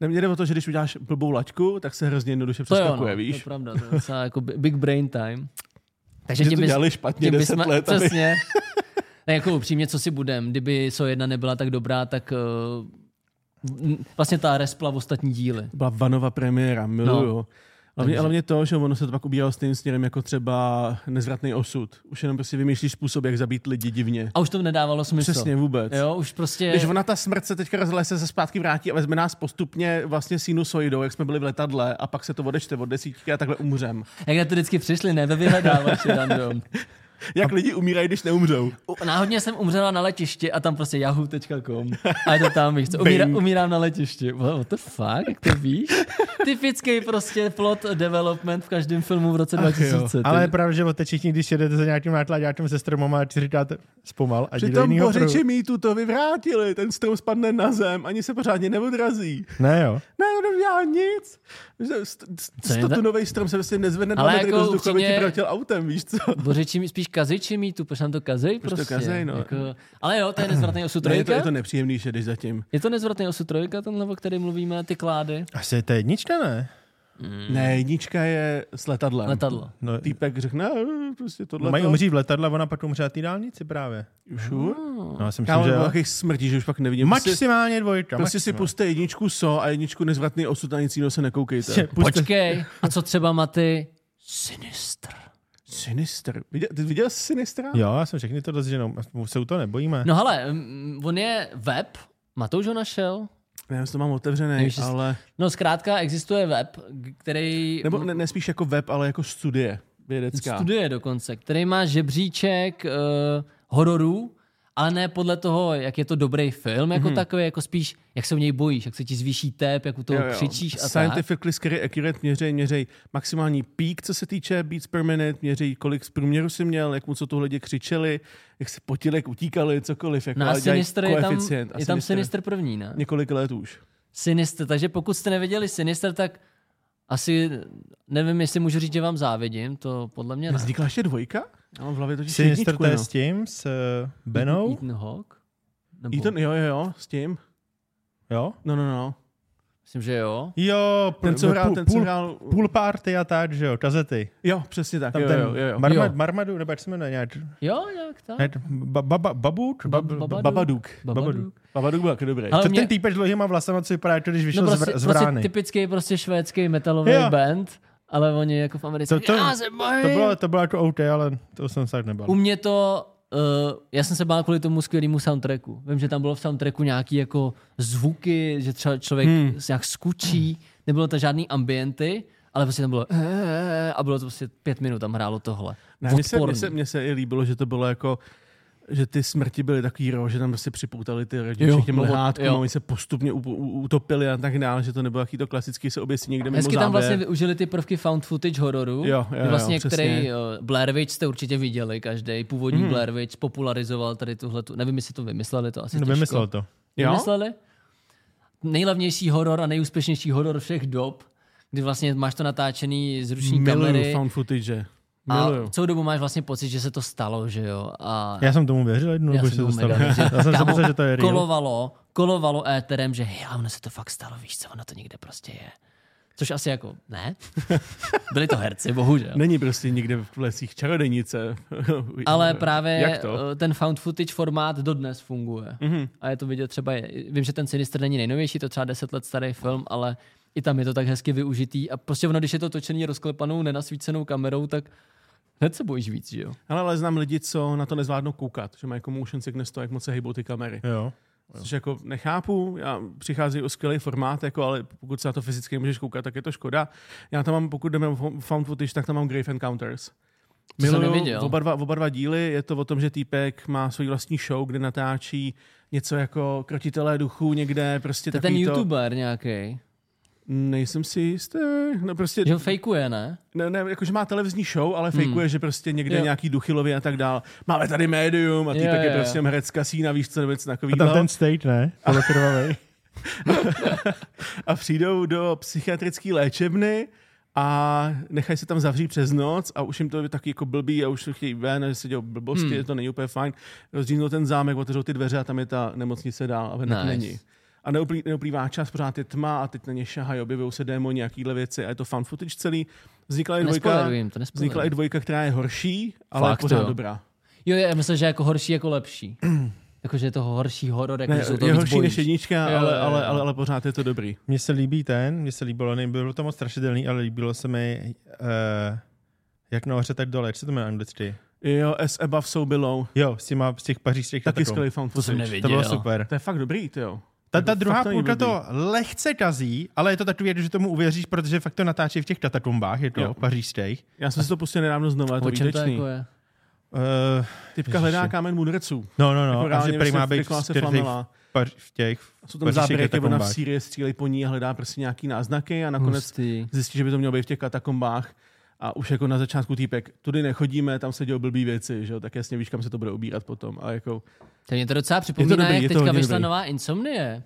Speaker 2: Nemě jde o to, že když uděláš blbou laťku, tak se hrozně jednoduše
Speaker 1: To jo,
Speaker 2: přeskakuje,
Speaker 1: no, to je
Speaker 2: víš?
Speaker 1: pravda, to je docela jako bi- big brain time. Takže
Speaker 2: Že
Speaker 1: tím
Speaker 2: to
Speaker 1: bys-
Speaker 2: dělali špatně
Speaker 1: tím
Speaker 2: 10
Speaker 1: bysme-
Speaker 2: let, aby-
Speaker 1: Přesně.
Speaker 2: (laughs)
Speaker 1: Ne, jako upřímně, co si budem, kdyby So 1 nebyla tak dobrá, tak uh, vlastně ta respla v ostatní díly.
Speaker 2: To byla vanova premiéra, miluju. No. Hlavně,
Speaker 1: Takže-
Speaker 2: hlavně to, že ono se to pak ubíralo stejným směrem jako třeba nezvratný osud. Už jenom prostě vymýšlíš způsob, jak zabít lidi divně.
Speaker 1: A už to nedávalo smysl.
Speaker 2: Přesně vůbec.
Speaker 1: Jo, už prostě...
Speaker 2: Když ona ta smrt se teďka rozhle se zpátky vrátí a vezme nás postupně vlastně sinusoidou, jak jsme byli v letadle a pak se to odečte od desítky a takhle umřem.
Speaker 1: Jak na to vždycky přišli, ne? Ve vyhledávači random.
Speaker 2: Jak lidi umírají, když neumřou.
Speaker 1: U- Náhodně jsem umřela na letišti a tam prostě yahoo.com a je to tam, víš co, umírá,
Speaker 2: Bing.
Speaker 1: umírám na letišti. What what the fuck, jak to víš? Typický prostě plot development v každém filmu v roce 2000.
Speaker 3: Ale je pravda, že o všichni, když jedete za nějakým nákladákem se stromem a si říkáte zpomal a jdi do
Speaker 2: Přitom
Speaker 3: jinýho
Speaker 2: po
Speaker 3: pruhu.
Speaker 2: řeči mýtu to vyvrátili, ten strom spadne na zem, ani se pořádně neodrazí.
Speaker 3: Ne jo.
Speaker 2: Ne, to neudělá nic.
Speaker 1: Co je to-
Speaker 2: Stotunový strom se vlastně nezvedne dva
Speaker 1: Ale
Speaker 2: metry
Speaker 1: jako
Speaker 2: do vzduchu, aby
Speaker 1: upřímně-
Speaker 2: ti proletěl autem, víš co?
Speaker 1: Bořiči mi spíš kaziči mi tu, protože nám to kazej
Speaker 2: to
Speaker 1: prostě.
Speaker 2: kazej, no.
Speaker 1: ale jo, to je nezvratný osud
Speaker 2: Ne, je, to,
Speaker 1: trojka.
Speaker 2: je to nepříjemný, že jdeš zatím.
Speaker 1: je to nezvratný osud trojka, tenhle, o který mluvíme, ty klády.
Speaker 3: Asi je to jednička, ne?
Speaker 2: Ne, jednička je s letadlem.
Speaker 1: Letadlo.
Speaker 3: No,
Speaker 2: Týpek řekne, "Ne, prostě tohle.
Speaker 3: mají umřít v letadle, ona pak umře na té dálnici právě. No, já si myslím,
Speaker 2: Kámo,
Speaker 3: že
Speaker 2: že
Speaker 3: jo. No,
Speaker 2: jakých smrtí, že už pak nevidím. Prostě-
Speaker 3: Maximálně dvojka.
Speaker 2: Prostě
Speaker 1: no.
Speaker 2: si puste jedničku so a jedničku nezvratný osud a nic jiného se nekoukejte.
Speaker 1: Počkej, a co třeba Maty? Sinister.
Speaker 2: Sinister. Viděl, ty viděl jsi Sinistra?
Speaker 3: Jo, já jsem všechny to dozvěděl, no, se u toho nebojíme.
Speaker 1: No hele, mm, on je web, Matouš ho našel,
Speaker 2: Ne, já to mám otevřený,
Speaker 1: Nevíš,
Speaker 2: Nevíš,
Speaker 1: jestli-
Speaker 2: ale...
Speaker 1: No zkrátka existuje web, k- který...
Speaker 2: Nebo ne, ne, spíš jako web, ale jako studie. vědecká.
Speaker 1: Studuje dokonce, který má žebříček uh, hororů, ale ne podle toho, jak je to dobrý film jako mm-hmm. takový, jako spíš, jak se u něj bojíš, jak se ti zvýší tép, jak u toho jo, jo. křičíš a tak.
Speaker 2: Scientifically Scary Accurate měřej, měřej maximální pík, co se týče beats per minute, měřej, kolik z průměru si měl, jak moc o to lidi křičeli, jak se potili, jak utíkali, cokoliv. Jako
Speaker 1: No a
Speaker 2: ale dělají
Speaker 1: Sinister je tam,
Speaker 2: koeficient. A
Speaker 1: je tam Sinister první, ne?
Speaker 2: Několik let už.
Speaker 1: Sinister, takže pokud jste neviděli Sinister, tak asi nevím, jestli můžu říct, že vám závidím, to podle mě ne.
Speaker 2: Vznikla ještě dvojka? Já mám v hlavě totiž
Speaker 3: Sinister
Speaker 2: jedničku,
Speaker 3: to je
Speaker 2: no.
Speaker 3: s tím, s eh, Benou,
Speaker 1: Ethan Hawke? Nebo,
Speaker 2: Ethan, jo, jo, jo, s tím.
Speaker 3: jo?
Speaker 2: No, no, no.
Speaker 1: Myslím, že jo.
Speaker 3: Jo,
Speaker 2: Ten, no, co
Speaker 3: pl-
Speaker 2: hrál,
Speaker 3: pl-
Speaker 2: ten, co
Speaker 3: půl-
Speaker 2: hrál...
Speaker 3: Půl party a tak, že jo, kazety.
Speaker 2: Jo, přesně tak,
Speaker 3: Tam
Speaker 2: jo,
Speaker 3: ten
Speaker 2: jo, jo, jo.
Speaker 3: Marma,
Speaker 1: Jo.
Speaker 3: Marmadu, nebo jak se jmenuje nějak?
Speaker 1: Jo, jak tak.
Speaker 3: Ne, ba- baba, babut?
Speaker 1: Ba-
Speaker 3: Bab-
Speaker 1: Babaduk.
Speaker 2: Babaduk.
Speaker 1: Babaduk.
Speaker 2: Babaduk byl taky dobrý.
Speaker 1: Ale
Speaker 3: to
Speaker 1: mě-
Speaker 3: ten týpeč s dlouhýma vlasama, co vypadá, jako když vyšel
Speaker 1: No
Speaker 3: no
Speaker 1: prostě,
Speaker 3: z, vr- z
Speaker 1: prostě
Speaker 3: vrány.
Speaker 1: typický prostě švédský metalový
Speaker 3: Jo.
Speaker 1: band, ale oni jako v Americe,
Speaker 3: To-
Speaker 1: to,
Speaker 3: to-
Speaker 1: to, já se bojím.
Speaker 3: To bylo, to bylo jako OK, ale to jsem se tak nebal.
Speaker 1: U mě to, uh, já jsem se bál kvůli tomu skvělému soundtracku. Vím, že tam bylo v soundtracku nějaký jako zvuky, že třeba člověk hmm. nějak skučí, nebylo to žádný ambienty, ale prostě tam bylo "Eh", a bylo to prostě pět minut, tam hrálo tohle.
Speaker 2: Ne, mně se, mně, se, mně se i líbilo, že to bylo jako že ty smrti byly takový ro, že tam prostě připoutali ty rodiče
Speaker 1: Jo,
Speaker 2: k těm
Speaker 1: jo,
Speaker 2: lehátkům,
Speaker 1: jo.
Speaker 2: oni se postupně u, u, utopili a tak dále, že to nebylo jaký to klasický, se oběsí někde mimo
Speaker 1: Hezky tam
Speaker 2: záběr.
Speaker 1: vlastně využili ty prvky found footage hororu,
Speaker 2: Jo, jo,
Speaker 1: kdy vlastně
Speaker 2: jo, přesně. Mhm.
Speaker 1: který eh, Blair Witch jste určitě viděli, každý původní mm. Blair Witch popularizoval tady tuhle, nevím, jestli to vymysleli, to asi
Speaker 3: No,
Speaker 1: těžko.
Speaker 3: Vymyslel to.
Speaker 2: Jo?
Speaker 1: vymysleli. Nejlevnější horor a nejúspěšnější horor všech dob, kdy vlastně máš to natáčený z ruční
Speaker 2: Miluju
Speaker 1: kamery.
Speaker 2: found footage.
Speaker 1: a
Speaker 2: Miluju.
Speaker 1: celou dobu máš vlastně pocit, že se to stalo, že jo. A
Speaker 3: Já jsem tomu věřil jednu, nebo se
Speaker 1: tomu
Speaker 3: to stalo.
Speaker 1: mega věřil.
Speaker 3: (laughs) Já jsem si
Speaker 1: Kámo,
Speaker 3: myslel, že to je real.
Speaker 1: Kolovalo, kolovalo éterem, že hej, ale ono se to fakt stalo, víš co, ono to někde prostě je. Což asi jako, ne. (laughs) Byli to herci, bohužel.
Speaker 2: Není prostě nikde v lesích čarodejnice.
Speaker 1: (laughs) Ale právě
Speaker 2: Jak to? Mhm.
Speaker 1: eh, ten found footage formát dodnes funguje. Mm-hmm. A je to vidět třeba, je- vím, že ten Sinister není nejnovější, to třeba 10 let starý film, ale i tam je to tak hezky využitý. A prostě ono, když je to točený rozklepanou, nenasvícenou kamerou, tak hned se bojíš víc, že jo?
Speaker 2: Hele, ale znám lidi, co na to nezvládnou koukat, že mají jako motion sickness to, jak moc se hejbou ty kamery.
Speaker 3: Jo.
Speaker 2: Což jako nechápu, já přichází o skvělý formát, jako, ale pokud se na to fyzicky můžeš koukat, tak je to škoda. Já tam mám, pokud jdeme o fo- found footage, tak tam mám Grave Encounters.
Speaker 1: jsem neviděl.
Speaker 2: oba dva, oba dva díly, je to o tom, že týpek má svůj vlastní show, kde natáčí něco jako krotitelé duchů někde, prostě
Speaker 1: To je ten
Speaker 2: takový to...
Speaker 1: youtuber nějaký,
Speaker 2: Nejsem si jistý, no prostě...
Speaker 1: že ho fejkuje, ne?
Speaker 2: Ne, ne, jakože má televizní show, ale fejkuje, že prostě někde
Speaker 1: Hmm. Jo.
Speaker 2: nějaký duchylovi a tak dál. Máme tady médium a ty tak
Speaker 1: Jo,
Speaker 2: je
Speaker 1: jo, jo.
Speaker 2: prostě herec kasína, víš co, nebo něco
Speaker 3: A tam
Speaker 2: takového.
Speaker 3: ten state, ne? Podle krvavej. (laughs)
Speaker 2: A přijdou do psychiatrické léčebny a nechají se tam zavřít přes noc a už jim to je taky jako blbý a už chtějí ven, a že se dějou
Speaker 1: Hmm.
Speaker 2: blbosti, to není úplně fajn. Rozdílnou ten zámek, otevřou ty dveře a tam je ta nemocnice dál a ven nice.
Speaker 1: Nice.
Speaker 2: není. A neuplý, neuplývá čas, pořád je tma a teď na ně šahají, objevují se démoni, jakýhle věci a je to fan footage celý. Vznikla i dvojka,
Speaker 1: Nespoileruj jim to, nespoileruj.
Speaker 2: vznikla i dvojka, která je horší, ale
Speaker 1: Fakt,
Speaker 2: pořád
Speaker 1: jo.
Speaker 2: dobrá.
Speaker 1: Jo, já myslím, že jako horší, jako lepší. (clears throat) Jakože je to horší horor, jako
Speaker 2: Ne,
Speaker 1: že jsou to
Speaker 2: je
Speaker 1: víc
Speaker 2: horší
Speaker 1: bojíš.
Speaker 2: než jednička,
Speaker 1: Jo,
Speaker 2: ale,
Speaker 1: jo, jo.
Speaker 2: ale, ale, ale pořád je to dobrý.
Speaker 3: Mně se líbí ten, mně se líbilo, nebylo to moc strašidelný, ale líbilo se mi, eh, jak nahoře, tak dole, jak se to jmenuje anglicky?
Speaker 2: Jo, S above, so below.
Speaker 3: Jo, s těma, z těch pařížských
Speaker 2: Taky
Speaker 3: katakomb.
Speaker 2: skvělý fan
Speaker 1: To jsem
Speaker 2: footage.
Speaker 1: nevěděl.
Speaker 3: To bylo super.
Speaker 2: To je fakt dobrý, ty jo.
Speaker 3: Ta,
Speaker 2: To
Speaker 3: ta
Speaker 2: fakt
Speaker 3: druhá
Speaker 2: není
Speaker 3: půlka
Speaker 2: blbý.
Speaker 3: to lehce kazí, ale je to takový, že tomu uvěříš, protože fakt to natáčí v těch katakombách, je to
Speaker 2: Jo.
Speaker 3: jo. pařížských.
Speaker 2: Já jsem si to pustil nedávno znovu, je to
Speaker 1: O čem to
Speaker 2: výtečný.
Speaker 1: jako je?
Speaker 3: Uh,
Speaker 2: Typka hledá kámen mudrců.
Speaker 3: no, no, no,
Speaker 2: Jako
Speaker 3: a
Speaker 2: reálně
Speaker 3: že prý má
Speaker 2: vlastně
Speaker 3: být
Speaker 2: Nikola se
Speaker 3: čtyři v,
Speaker 2: flamela.
Speaker 3: pař, v těch
Speaker 2: Jsou tam
Speaker 3: pařížských
Speaker 2: záběry, jak ona v
Speaker 3: katakombách.
Speaker 2: Sýrii střílej po ní a hledá prostě nějaký náznaky a nakonec
Speaker 1: Hustý.
Speaker 2: zjistí, že by to mělo být v těch katakombách. A už jako na začátku týpek, tudy nechodíme, tam se dějou blbý věci, že jo? tak jasně víš, kam se to bude ubírat potom. A jako,
Speaker 1: To mě to docela připomíná,
Speaker 2: dobrý,
Speaker 1: jak
Speaker 2: je to
Speaker 1: teďka
Speaker 2: hodně
Speaker 1: vyšla
Speaker 2: dobrý.
Speaker 1: nová Insomnie.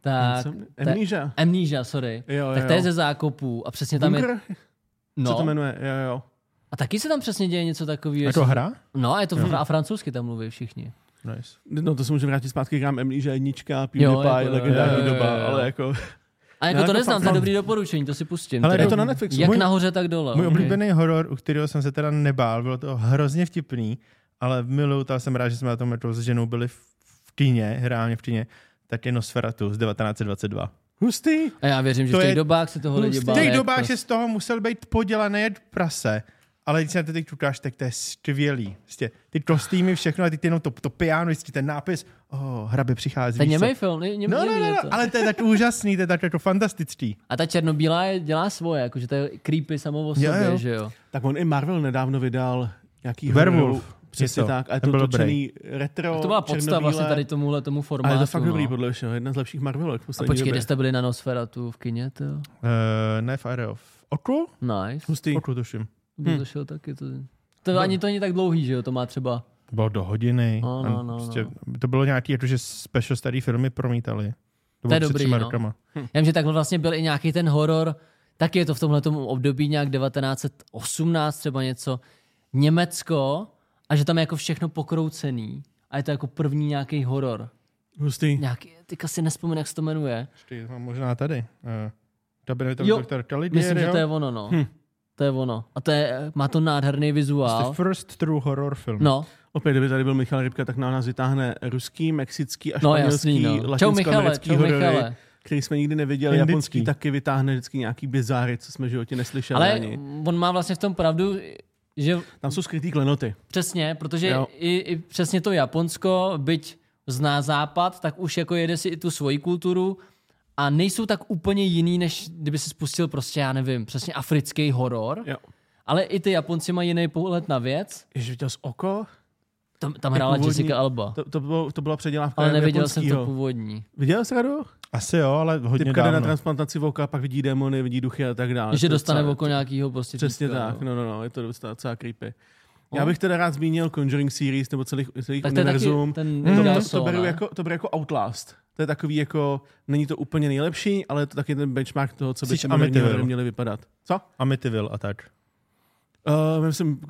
Speaker 1: Tak,
Speaker 2: Insomni-
Speaker 1: ta-
Speaker 2: Amnesia?
Speaker 1: Amnesia, sorry.
Speaker 2: Jo, jo,
Speaker 1: tak to je
Speaker 2: jo.
Speaker 1: ze zákopů a přesně tam
Speaker 2: tam
Speaker 1: je...
Speaker 2: no. co to
Speaker 1: No,
Speaker 2: jmenuje? Jo, jo.
Speaker 1: a taky se tam přesně děje něco takového.
Speaker 3: Jako hra?
Speaker 1: No, a je to fra- a francouzsky tam mluví všichni.
Speaker 3: Nice.
Speaker 2: No to se může vrátit zpátky k nám Amnesia jednička, PewDiePie,
Speaker 1: jako jo,
Speaker 2: legendární
Speaker 1: jo, jo,
Speaker 2: doba,
Speaker 1: jo.
Speaker 2: ale jako...
Speaker 1: A jako
Speaker 2: No,
Speaker 1: to
Speaker 2: jako
Speaker 1: neznám,
Speaker 2: fan-
Speaker 1: to je
Speaker 2: fan-
Speaker 1: dobrý doporučení, to si pustím.
Speaker 3: Ale
Speaker 1: teda.
Speaker 3: je to
Speaker 2: na Netflixu.
Speaker 1: Jak
Speaker 3: Můj-
Speaker 1: nahoře, tak dole.
Speaker 3: Můj
Speaker 1: ok.
Speaker 3: oblíbený horor, u kterého jsem se teda nebál, bylo to hrozně vtipný, ale miluju to a jsem rád, že jsme na tom jako s ženou byli v, v kyně, reálně v kyně, tak je Nosferatu z 1922.
Speaker 2: Hustý?
Speaker 1: A já věřím, že
Speaker 3: To
Speaker 1: v těch
Speaker 3: je-
Speaker 1: dobách se toho lidi
Speaker 3: v
Speaker 1: báli.
Speaker 3: těch
Speaker 1: jak
Speaker 3: dobách
Speaker 1: prostě.
Speaker 3: je z toho musel být podělaný jak prase. A ale když se na to teď čukáš, tak to je skvělý. Prostě, ty kostýmy, všechno, a teď jenom to, to piano, vždycky ten nápis, oh, hrabe přichází.
Speaker 1: Ten
Speaker 3: víš co?
Speaker 1: němej film, ně, ně,
Speaker 3: No, no,
Speaker 1: němý
Speaker 3: no,
Speaker 1: je
Speaker 3: no,
Speaker 1: to.
Speaker 3: ale to je tak úžasný, to je tak jako fantastický.
Speaker 1: A ta černobílá je, dělá svoje, jakože to je creepy samo o
Speaker 3: Jo,
Speaker 1: sobě,
Speaker 3: jo.
Speaker 1: že jo.
Speaker 2: Tak on i Marvel nedávno vydal nějaký
Speaker 3: Werewolf.
Speaker 2: horor- Přesně
Speaker 3: Je to.
Speaker 2: tak, a je
Speaker 3: Ten
Speaker 2: to
Speaker 3: byl
Speaker 2: točený retro,
Speaker 1: Tak to byla podstava vlastně
Speaker 2: černobílé.
Speaker 1: tady tomuhle tomu
Speaker 2: Ale
Speaker 1: formátu.
Speaker 2: je to fakt dobrý,
Speaker 1: no.
Speaker 2: podle všeho, jedna z lepších Marvelek v
Speaker 1: A
Speaker 2: poslední
Speaker 1: počkej,
Speaker 2: době.
Speaker 1: kde jste byli na Nosferatu v kině, to jo?
Speaker 3: Uh, ne v Area of Oku?
Speaker 1: Nice.
Speaker 2: Hustý.
Speaker 3: Oku tuším.
Speaker 1: Hmm. To šel taky. To, to ani to není tak dlouhý, že jo? To má třeba...
Speaker 3: To Bylo do hodiny.
Speaker 1: No,
Speaker 3: A
Speaker 1: no, no,
Speaker 3: To bylo nějaký, jakože special starý filmy promítali. To, bylo
Speaker 1: je
Speaker 3: před
Speaker 1: dobrý,
Speaker 3: třema
Speaker 1: no.
Speaker 3: rokama.
Speaker 1: Já vím, že takhle vlastně byl i nějaký ten horor, taky je to v tomhle období nějak 1918 třeba něco, Německo, a že tam je jako všechno pokroucený. A je to jako první nějaký horor.
Speaker 2: Hustý.
Speaker 1: Nějaký, teďka si nespomínám, jak se to jmenuje.
Speaker 3: Ještě je tam no, možná tady. Uh, Kabinet
Speaker 1: Jo,
Speaker 3: doktor Calidier,
Speaker 1: Myslím, že
Speaker 3: jo?
Speaker 1: to je ono, no.
Speaker 2: Hm.
Speaker 1: To je ono. A to je, eh, má to nádherný vizuál.
Speaker 3: Prostě first true horror film.
Speaker 1: No,
Speaker 2: Opět, kdyby tady byl Michal Rybka, tak nám nás vytáhne ruský, mexický a
Speaker 1: no
Speaker 2: španělský,
Speaker 1: jasný,
Speaker 2: no,
Speaker 1: no. Čau Michale,
Speaker 2: latinskoamerický
Speaker 1: čau
Speaker 2: horory,
Speaker 1: Michale.
Speaker 2: který jsme nikdy neviděli.
Speaker 3: Indický.
Speaker 2: Japonský taky vytáhne vždycky nějaký bizáry, co jsme v životě neslyšeli
Speaker 1: Ale
Speaker 2: ani.
Speaker 1: on má vlastně v tom pravdu, že
Speaker 2: Tam jsou skrytý klenoty.
Speaker 1: Přesně, protože
Speaker 2: Jo.
Speaker 1: i, i přesně to Japonsko, byť zná západ, tak už jako jede si i tu svoji kulturu a nejsou tak úplně jiný, než kdyby si spustil prostě, já nevím, přesně africký horor,
Speaker 2: Jo.
Speaker 1: ale i ty Japonci mají jiný pohled na věc.
Speaker 2: Ježiš, viděl jsi oko?
Speaker 1: Tam, tam hrála
Speaker 2: původní-
Speaker 1: Jessica Alba,
Speaker 2: To, to, bylo, to byla předělávka
Speaker 1: ale neviděl jsem
Speaker 2: japonskýho.
Speaker 1: to původní.
Speaker 2: Viděl jsi radu?
Speaker 3: Asi jo, ale hodně
Speaker 2: Typka jde na
Speaker 3: dávno.
Speaker 2: transplantaci voka, pak vidí démony, vidí duchy a tak dále.
Speaker 1: Že
Speaker 2: To je
Speaker 1: dostane
Speaker 2: docela-
Speaker 1: oko nějakýho prostě
Speaker 2: Přesně
Speaker 1: týpka,
Speaker 2: tak,
Speaker 1: no.
Speaker 2: no, no, no, je to docela, docela creepy.
Speaker 3: No.
Speaker 2: Já bych teda rád zmínil Conjuring series nebo celých, celých
Speaker 1: Tak to je taky
Speaker 2: univerzum.
Speaker 1: ten
Speaker 2: to, to,
Speaker 1: Universal,
Speaker 2: to, beru
Speaker 1: ne?
Speaker 2: jako, to beru jako Outlast. To je takový jako, není to úplně nejlepší, ale je to taky ten benchmark toho, co by
Speaker 3: Jsi
Speaker 2: ty moderní
Speaker 3: Amityville.
Speaker 2: hry měly vypadat. Co?
Speaker 3: Amityville a tak.
Speaker 2: Uh, myslím,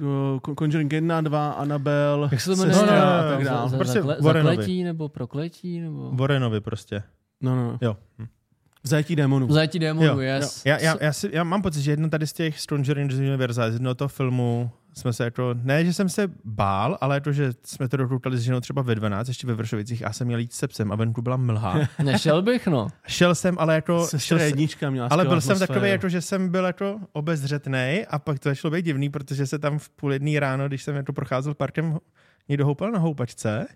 Speaker 2: uh, Conjuring 1, 2, Annabelle,
Speaker 1: Jak se to jmenuje?
Speaker 2: Sestra
Speaker 3: No, no, no,
Speaker 2: a tak
Speaker 3: no,
Speaker 1: Za-
Speaker 2: dále.
Speaker 1: za-
Speaker 3: Prostě
Speaker 1: zakle-
Speaker 3: Warrenovi.
Speaker 1: Zakletí nebo prokletí nebo...
Speaker 3: Warrenovi prostě.
Speaker 2: No, no, no.
Speaker 3: Jo.
Speaker 2: V zajetí démonů.
Speaker 1: Zajetí démonů,
Speaker 3: Jo,
Speaker 1: yes.
Speaker 3: Já, já, já, si, já mám pocit, že jedno tady z těch Stranger in the Universe, z jednoho toho filmu jsme se jako, ne, že jsem se bál, ale jako, že jsme to dokoukali s ženou třeba ve 12, ještě ve Vršovicích, a já jsem měl jít se psem a venku byla (laughs) mlha.
Speaker 1: Nešel bych, no.
Speaker 3: šel jsem, ale jako... Šel
Speaker 2: Sestra
Speaker 3: jsem,
Speaker 2: jednička měla
Speaker 3: ale
Speaker 2: skvělou
Speaker 3: byl jsem
Speaker 2: atmosféru.
Speaker 3: takový, jako, že jsem byl jako obezřetný a pak to začalo být divný, protože se tam v půl jedný ráno, když jsem jako procházel parkem, někdo houpal na houpačce,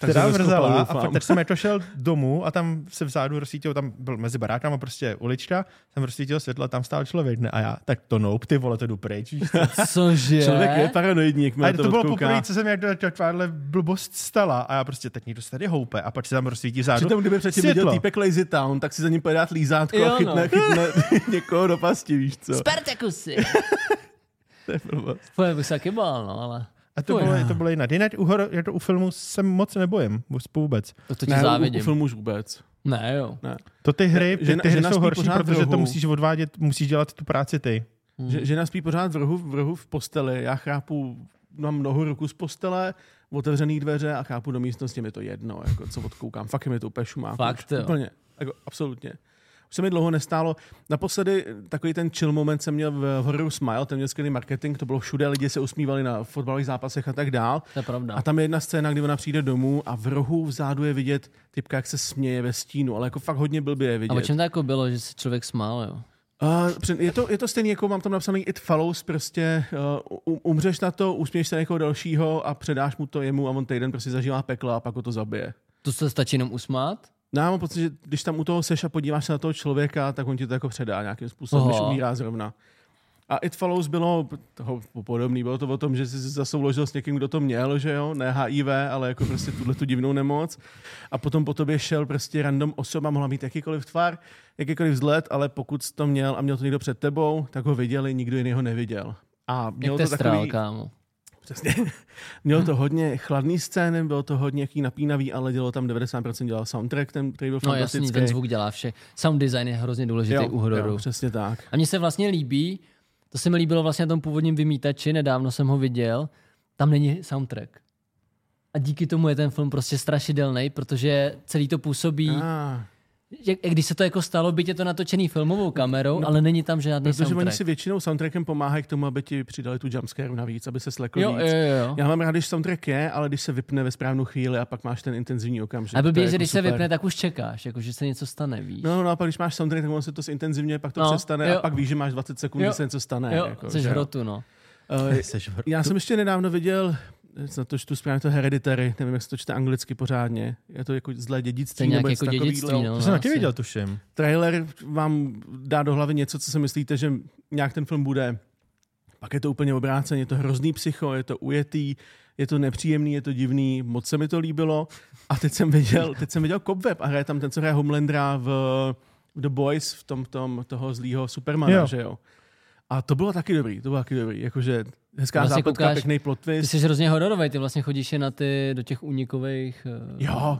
Speaker 2: Tak
Speaker 3: která
Speaker 2: jsem to
Speaker 3: vrzala
Speaker 2: skopal,
Speaker 3: a pak
Speaker 2: doufám. (laughs)
Speaker 3: tak jsem jako šel domů a tam se vzadu rozsvítil, tam byl mezi barákama prostě ulička, jsem rozsvítil světlo, tam stál člověk ne, a já, tak to nope, ty vole, to jdu pryč. víš co.
Speaker 1: Cože?
Speaker 2: Člověk je paranoidní, jak
Speaker 3: A
Speaker 2: má
Speaker 3: jako- to,
Speaker 2: to
Speaker 3: to bylo
Speaker 2: odkouká.
Speaker 3: poprvé, co jsem jako takováhle blbost stala a já prostě, tak někdo se tady houpe a pak se tam rozsvítí vzadu
Speaker 2: Přitom, kdyby předtím
Speaker 3: světlo.
Speaker 2: viděl týpek Lazy Town, tak si za ním pojede dát lízátko
Speaker 1: Jo,
Speaker 2: a
Speaker 1: no.
Speaker 2: chytne, chytne (laughs) někoho do pasti, víš co?
Speaker 1: Spartakusy!
Speaker 2: To je blbost.
Speaker 1: Fuj, bych se taky bál, no, ale...
Speaker 3: A to
Speaker 1: Fuj.
Speaker 3: bylo, to bylo jinak. Jinak u, hor- jako u filmu se moc nebojím, vůbec.
Speaker 1: To, to ti
Speaker 2: Ne, u, u
Speaker 1: závidím.
Speaker 2: filmu už vůbec.
Speaker 1: Ne, jo.
Speaker 2: Ne.
Speaker 3: To ty hry, ty,
Speaker 2: Žena-
Speaker 3: ty hry
Speaker 2: žena
Speaker 3: jsou
Speaker 2: spí
Speaker 3: horší,
Speaker 2: pořád v
Speaker 3: protože to
Speaker 2: rohu.
Speaker 3: musíš odvádět, musíš dělat tu práci ty.
Speaker 1: Hmm.
Speaker 2: Že, žena spí pořád v rohu, v rohu v posteli, já chápu, mám nohu ruku z postele, otevřený dveře a chápu do místnosti, mi to jedno, jako co odkoukám, fakt je mi to úplně šumák.
Speaker 1: Fakt, jo.
Speaker 2: Úplně, jako absolutně. Už se mi dlouho nestálo. Naposledy takový ten chill moment jsem měl v v hororu Smile, ten měl skvělý marketing, to bylo všude, lidi se usmívali na fotbalových zápasech a tak dál.
Speaker 1: To je pravda.
Speaker 2: A tam je jedna scéna, kdy ona přijde domů a v rohu vzadu je vidět typka, jak se směje ve stínu, ale jako fakt hodně blbě je
Speaker 1: A
Speaker 2: vidět.
Speaker 1: o čem to jako bylo, že se člověk smál, jo?
Speaker 2: Uh, před- je, to, je to stejný, jako mám tam napsaný It Follows, prostě uh, um- umřeš na to, usměješ se na někoho dalšího a předáš mu to jemu a on týden prostě zažívá pekla a pak ho to zabije.
Speaker 1: To se stačí jenom usmát?
Speaker 2: No já mám pocit, že když tam u toho seš a podíváš se na toho člověka, tak on ti to jako předá nějakým způsobem,
Speaker 1: Aha.
Speaker 2: když umírá zrovna. A It Follows bylo toho podobný, bylo to o tom, že jsi se zasouložil s někým, kdo to měl, že jo, ne HIV, ale jako prostě tuhle tu divnou nemoc. A potom po tobě šel prostě random osoba, mohla mít jakýkoliv tvar, jakýkoliv vzhled, ale pokud jsi to měl a měl to někdo před tebou, tak ho viděli, nikdo jiný ho neviděl. A
Speaker 1: Jak
Speaker 2: mělo
Speaker 1: to je
Speaker 2: to takový,
Speaker 1: kámo.
Speaker 2: Přesně. (laughs) Mělo to hodně chladný scény, bylo to hodně jaký napínavý, ale dělo tam 90% dělal soundtrack, ten, který byl
Speaker 1: No
Speaker 2: fantastický.
Speaker 1: jasný, ten zvuk dělá vše. Sound design je hrozně důležitý u hororu.
Speaker 2: přesně tak.
Speaker 1: A mně se vlastně líbí, to se mi líbilo vlastně na tom původním vymítači, nedávno jsem ho viděl, tam není soundtrack. A díky tomu je ten film prostě strašidelný, protože celý to působí,
Speaker 2: Ah,
Speaker 1: jak, jak když se to jako stalo, byť je to natočený filmovou kamerou, ale není tam žádný
Speaker 2: No, protože oni
Speaker 1: soundtrack.
Speaker 2: si většinou soundtrackem pomáhají k tomu, aby ti přidali tu jumpscare navíc, aby se slekl
Speaker 1: Jo, eh,
Speaker 2: víc.
Speaker 1: jo, jo.
Speaker 2: Já mám rád, když soundtrack je, ale když se vypne ve správnou chvíli a pak máš ten intenzivní okamžik.
Speaker 1: A
Speaker 2: To je
Speaker 1: blbě, že
Speaker 2: jako
Speaker 1: když se
Speaker 2: super.
Speaker 1: vypne, tak už čekáš, jako že se něco stane, víš.
Speaker 2: No, no, a pak když máš soundtrack, tak on se to zintenzivně, pak to
Speaker 1: No,
Speaker 2: přestane
Speaker 1: jo.
Speaker 2: a pak víš, že máš 20 sekund,
Speaker 1: Jo.
Speaker 2: kdy se něco stane.
Speaker 1: jo,
Speaker 2: jako,
Speaker 1: jako, jsi
Speaker 2: že jo.
Speaker 1: hrotu, no.
Speaker 2: Eh,
Speaker 3: Jseš vr-
Speaker 2: Já jsem ještě nedávno viděl, snad to čtu správně, to Hereditary, nevím, jak se to čte anglicky pořádně. Je to jako zlé
Speaker 1: To
Speaker 2: dědictví,
Speaker 1: je nějaké
Speaker 2: nebo něco
Speaker 1: jako dědictví,
Speaker 2: takovýhle.
Speaker 1: no.
Speaker 3: To jsem taky
Speaker 1: asi.
Speaker 3: viděl, tuším.
Speaker 2: Trailer vám dá do hlavy něco, co si myslíte, že nějak ten film bude. Pak je to úplně obráceně, je to hrozný psycho, je to ujetý, je to nepříjemný, je to divný, moc se mi to líbilo. A teď jsem viděl, teď jsem viděl Cobweb a hraje tam ten, co hraje Homelandera v, v The Boys, v tom, tom toho zlýho Supermana,
Speaker 3: Jo.
Speaker 2: jo. že jo. A to bylo taky dobrý, to bylo taky dobrý. Jakože hezká
Speaker 1: Vlastně
Speaker 2: zápletka,
Speaker 1: koukáš-
Speaker 2: pěkný plot
Speaker 1: Ty
Speaker 2: twist.
Speaker 1: jsi hrozně hororový, ty vlastně chodíš je na ty, do těch unikových... eh,
Speaker 2: Jo,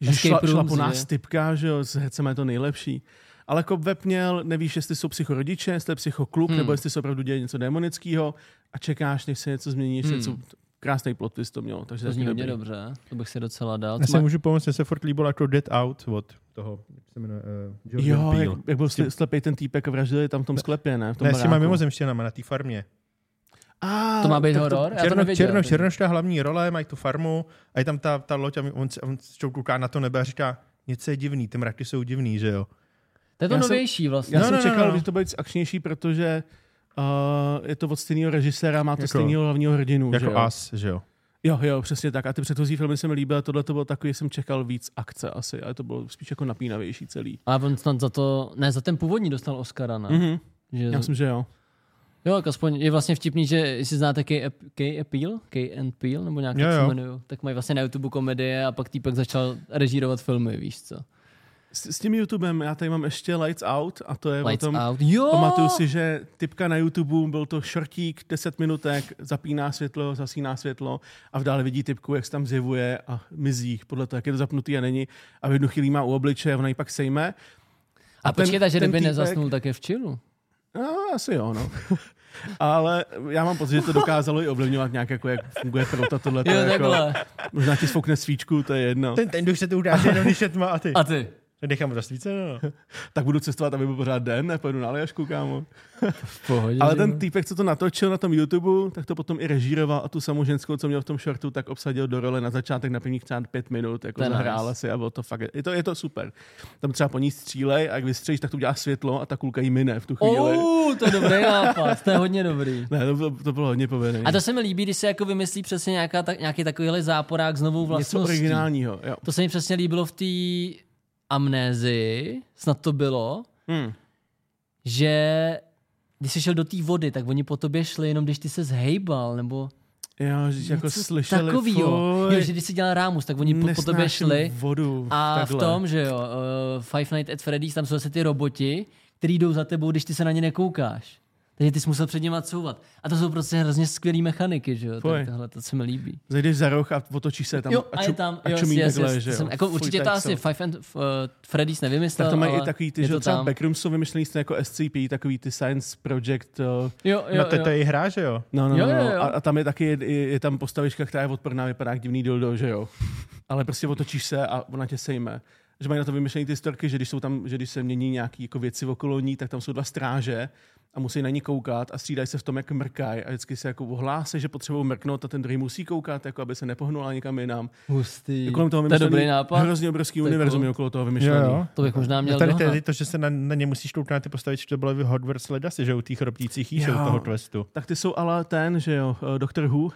Speaker 2: že
Speaker 1: Escape
Speaker 2: šla, šla
Speaker 1: rooms,
Speaker 2: po nás
Speaker 1: že?
Speaker 2: typka, že jo, s hecem je to nejlepší. Ale Cobweb měl, nevíš, jestli jsou psychorodiče, jestli je psychoklub,
Speaker 1: Hmm.
Speaker 2: hmm. nebo jestli se opravdu děje něco demonického a čekáš, než se něco změní, než se
Speaker 1: Hmm.
Speaker 2: něco... Krásný plot twist to mělo, takže
Speaker 1: To zní
Speaker 2: taky
Speaker 1: hodně
Speaker 2: dobrý.
Speaker 1: dobře, to bych si docela dal.
Speaker 3: Já
Speaker 1: Co
Speaker 3: se
Speaker 1: má-
Speaker 3: můžu pomoct, mně se furt líbilo jako Dead Out od toho, jak se jmenuje, uh, Jordan
Speaker 2: Jo,
Speaker 3: Peele.
Speaker 2: jak, jak byl sle- slepej ten týpek a vraždili tam v tom sklepě, ne? V tom
Speaker 3: Ne, s těma
Speaker 2: baráku.
Speaker 3: mimozemštěnama na té farmě.
Speaker 2: A,
Speaker 1: To má být
Speaker 2: tak
Speaker 1: horor? Já to
Speaker 3: Černo,
Speaker 1: nevěděl.
Speaker 3: Černo, Černoš ta hlavní role, mají tu farmu a je tam ta, ta loď a on, se- on se kouká na to nebe a říká, něco je divný, ty mraky jsou divný, že jo.
Speaker 1: To je to
Speaker 2: Já jsem-
Speaker 1: novější vlastně.
Speaker 2: Já
Speaker 3: No,
Speaker 2: jsem
Speaker 3: no, no,
Speaker 2: čekal,
Speaker 3: no.
Speaker 2: že to bude víc akčnější, protože uh, je to od stejného režiséra, má to
Speaker 3: Jako-
Speaker 2: stejného hlavního hrdinu. že
Speaker 3: Jako
Speaker 2: jo?
Speaker 3: as, že jo.
Speaker 2: Jo, jo, přesně tak. A ty předchozí filmy se mi líbily, tohle to bylo takový, jsem čekal víc akce asi, ale to bylo spíš jako napínavější celý.
Speaker 1: Ale on snad za to, ne, za ten původní dostal Oscara, ne?
Speaker 2: Mhm.
Speaker 1: Že,
Speaker 2: Já myslím, že jo.
Speaker 1: Jo, tak aspoň je vlastně vtipný, že jestli znáte K, K Appeal, K and Peel, nebo nějak
Speaker 3: Jo,
Speaker 1: jak se
Speaker 3: jo.
Speaker 1: jmenuju, tak mají vlastně na YouTube komedie a pak týpek začal režírovat filmy, víš co.
Speaker 2: S, s tím YouTubem, já tady mám ještě Lights Out a to je
Speaker 1: Lights
Speaker 2: o tom,
Speaker 1: Out. Jo!
Speaker 2: pamatuju si, že typka na YouTube, byl to šortík, 10 minutek, zapíná světlo, zasíná světlo a v dále vidí typku, jak se tam zjevuje a mizí podle toho, jak je to zapnutý a není a v jednu chvíli má u obličeje, ona ji pak sejme.
Speaker 1: a
Speaker 2: a ten-
Speaker 1: počkej, takže
Speaker 2: ten
Speaker 1: kdyby
Speaker 2: týpek-
Speaker 1: nezasnul, tak je v čilu.
Speaker 2: No, asi jo, no. Ale já mám pocit, že to dokázalo i ovlivňovat nějak, jako jak funguje prouta tohle.
Speaker 1: Jo,
Speaker 2: jako,
Speaker 1: takhle.
Speaker 2: Možná ti sfoukne svíčku, to je jedno.
Speaker 3: Ten, ten duch se to
Speaker 1: (laughs)
Speaker 3: udáže jenom, když je tma a ty.
Speaker 1: A ty?
Speaker 3: Nechám rozsvíceno. No.
Speaker 2: Tak budu cestovat, aby byl pořád den, nepojedu na Aljašku, kámo.
Speaker 1: V pohodě.
Speaker 2: Ale
Speaker 1: že jo?
Speaker 2: ten týpek, co to natočil na tom YouTube, tak to potom i režíroval a tu samou ženskou, co měl v tom shortu, tak obsadil do role na začátek na prvních třeba pět minut,
Speaker 1: To
Speaker 2: jako
Speaker 1: je
Speaker 2: zahrála
Speaker 1: nice.
Speaker 2: si a bylo to fakt, je to, je to super. Tam třeba po ní střílej a jak vystřelíš, tak to udělá světlo a ta kulka jí mine v tu chvíli.
Speaker 1: Ou, to je dobrý nápad, to je hodně dobrý.
Speaker 2: Ne, to, bylo- to bylo hodně povedené.
Speaker 1: A to se mi líbí, když se jako vymyslí přesně nějaká, tak, nějaký takovýhle záporák s novou
Speaker 2: Něco
Speaker 1: vlastností.
Speaker 2: originálního, jo.
Speaker 1: To se mi přesně líbilo v té amnézii, snad to bylo,
Speaker 2: Hmm.
Speaker 1: že když jsi šel do té vody, tak oni po tobě šli jenom, když ty se zhejbal, nebo
Speaker 2: Jo, že jako
Speaker 1: něco
Speaker 2: slyšeli,
Speaker 1: takovýho.
Speaker 2: fuj,
Speaker 1: Jo, že když jsi dělal rámus, tak oni po, po tobě
Speaker 2: nesnáším
Speaker 1: šli.
Speaker 2: vodu
Speaker 1: A
Speaker 2: takhle.
Speaker 1: v tom, že jo, uh, Five Nights at Freddy's, tam jsou zase ty roboti, který jdou za tebou, když ty se na ně nekoukáš. Takže ty jsi musel před nima couvat. A to jsou prostě hrozně skvělé mechaniky, že jo?
Speaker 2: Fuj.
Speaker 1: Tak tohle, to se mi líbí.
Speaker 2: Zajdeš za roh a otočíš se tam
Speaker 1: jo,
Speaker 2: a,
Speaker 1: a
Speaker 2: ču,
Speaker 1: je tam,
Speaker 2: a
Speaker 1: jo,
Speaker 2: čumí
Speaker 1: yes,
Speaker 2: takhle,
Speaker 1: yes,
Speaker 2: že
Speaker 1: to
Speaker 2: jo.
Speaker 1: jsem, jako
Speaker 2: Fuj,
Speaker 1: určitě to
Speaker 2: tak
Speaker 1: asi
Speaker 2: jsou.
Speaker 1: Five and uh, Freddy's nevymyslel,
Speaker 2: Tak to mají
Speaker 1: ale
Speaker 2: i takový ty,
Speaker 1: je
Speaker 2: že
Speaker 1: to
Speaker 2: jo, třeba
Speaker 1: tam.
Speaker 2: Backrooms jsou vymyšlený stejně jako SCP, takový ty science project. Uh,
Speaker 1: Jo, jo,
Speaker 3: no to, to
Speaker 1: jo.
Speaker 3: je její hra, že jo.
Speaker 2: no, no,
Speaker 1: Jo,
Speaker 2: jo,
Speaker 1: jo,
Speaker 2: jo,
Speaker 1: jo.
Speaker 2: A, a, tam je taky, je, je tam postavička, která je odporná, vypadá jak divný dildo, že jo. (laughs) Ale prostě otočíš se a ona tě sejme. Že mají na to vymyšlené ty storky, že když, jsou tam, že když se mění nějaký jako věci okolo ní, tak tam jsou dva stráže a musí na ní koukat a střídají se v tom, jak mrkají a vždycky se jako ohlásí, že potřebují mrknout a ten druhý musí koukat, jako aby se nepohnula nikam jinam.
Speaker 1: Hustý.
Speaker 2: Je kolem toho
Speaker 1: to je dobrý
Speaker 2: vymyšlený
Speaker 1: nápad.
Speaker 2: hrozně obrovský
Speaker 1: To je
Speaker 2: univerzum
Speaker 1: cool.
Speaker 2: je okolo toho vymyšlený.
Speaker 1: To bych možná měl
Speaker 3: tady,
Speaker 1: dohnat.
Speaker 3: tady to, že se na, na ně musíš kouknout na ty postavičky, to bylo v Hogwarts Legacy, že u těch roptících jíšel
Speaker 2: Jo.
Speaker 3: toho questu.
Speaker 2: Tak ty jsou ale ten, že jo, eh, Doctor Who,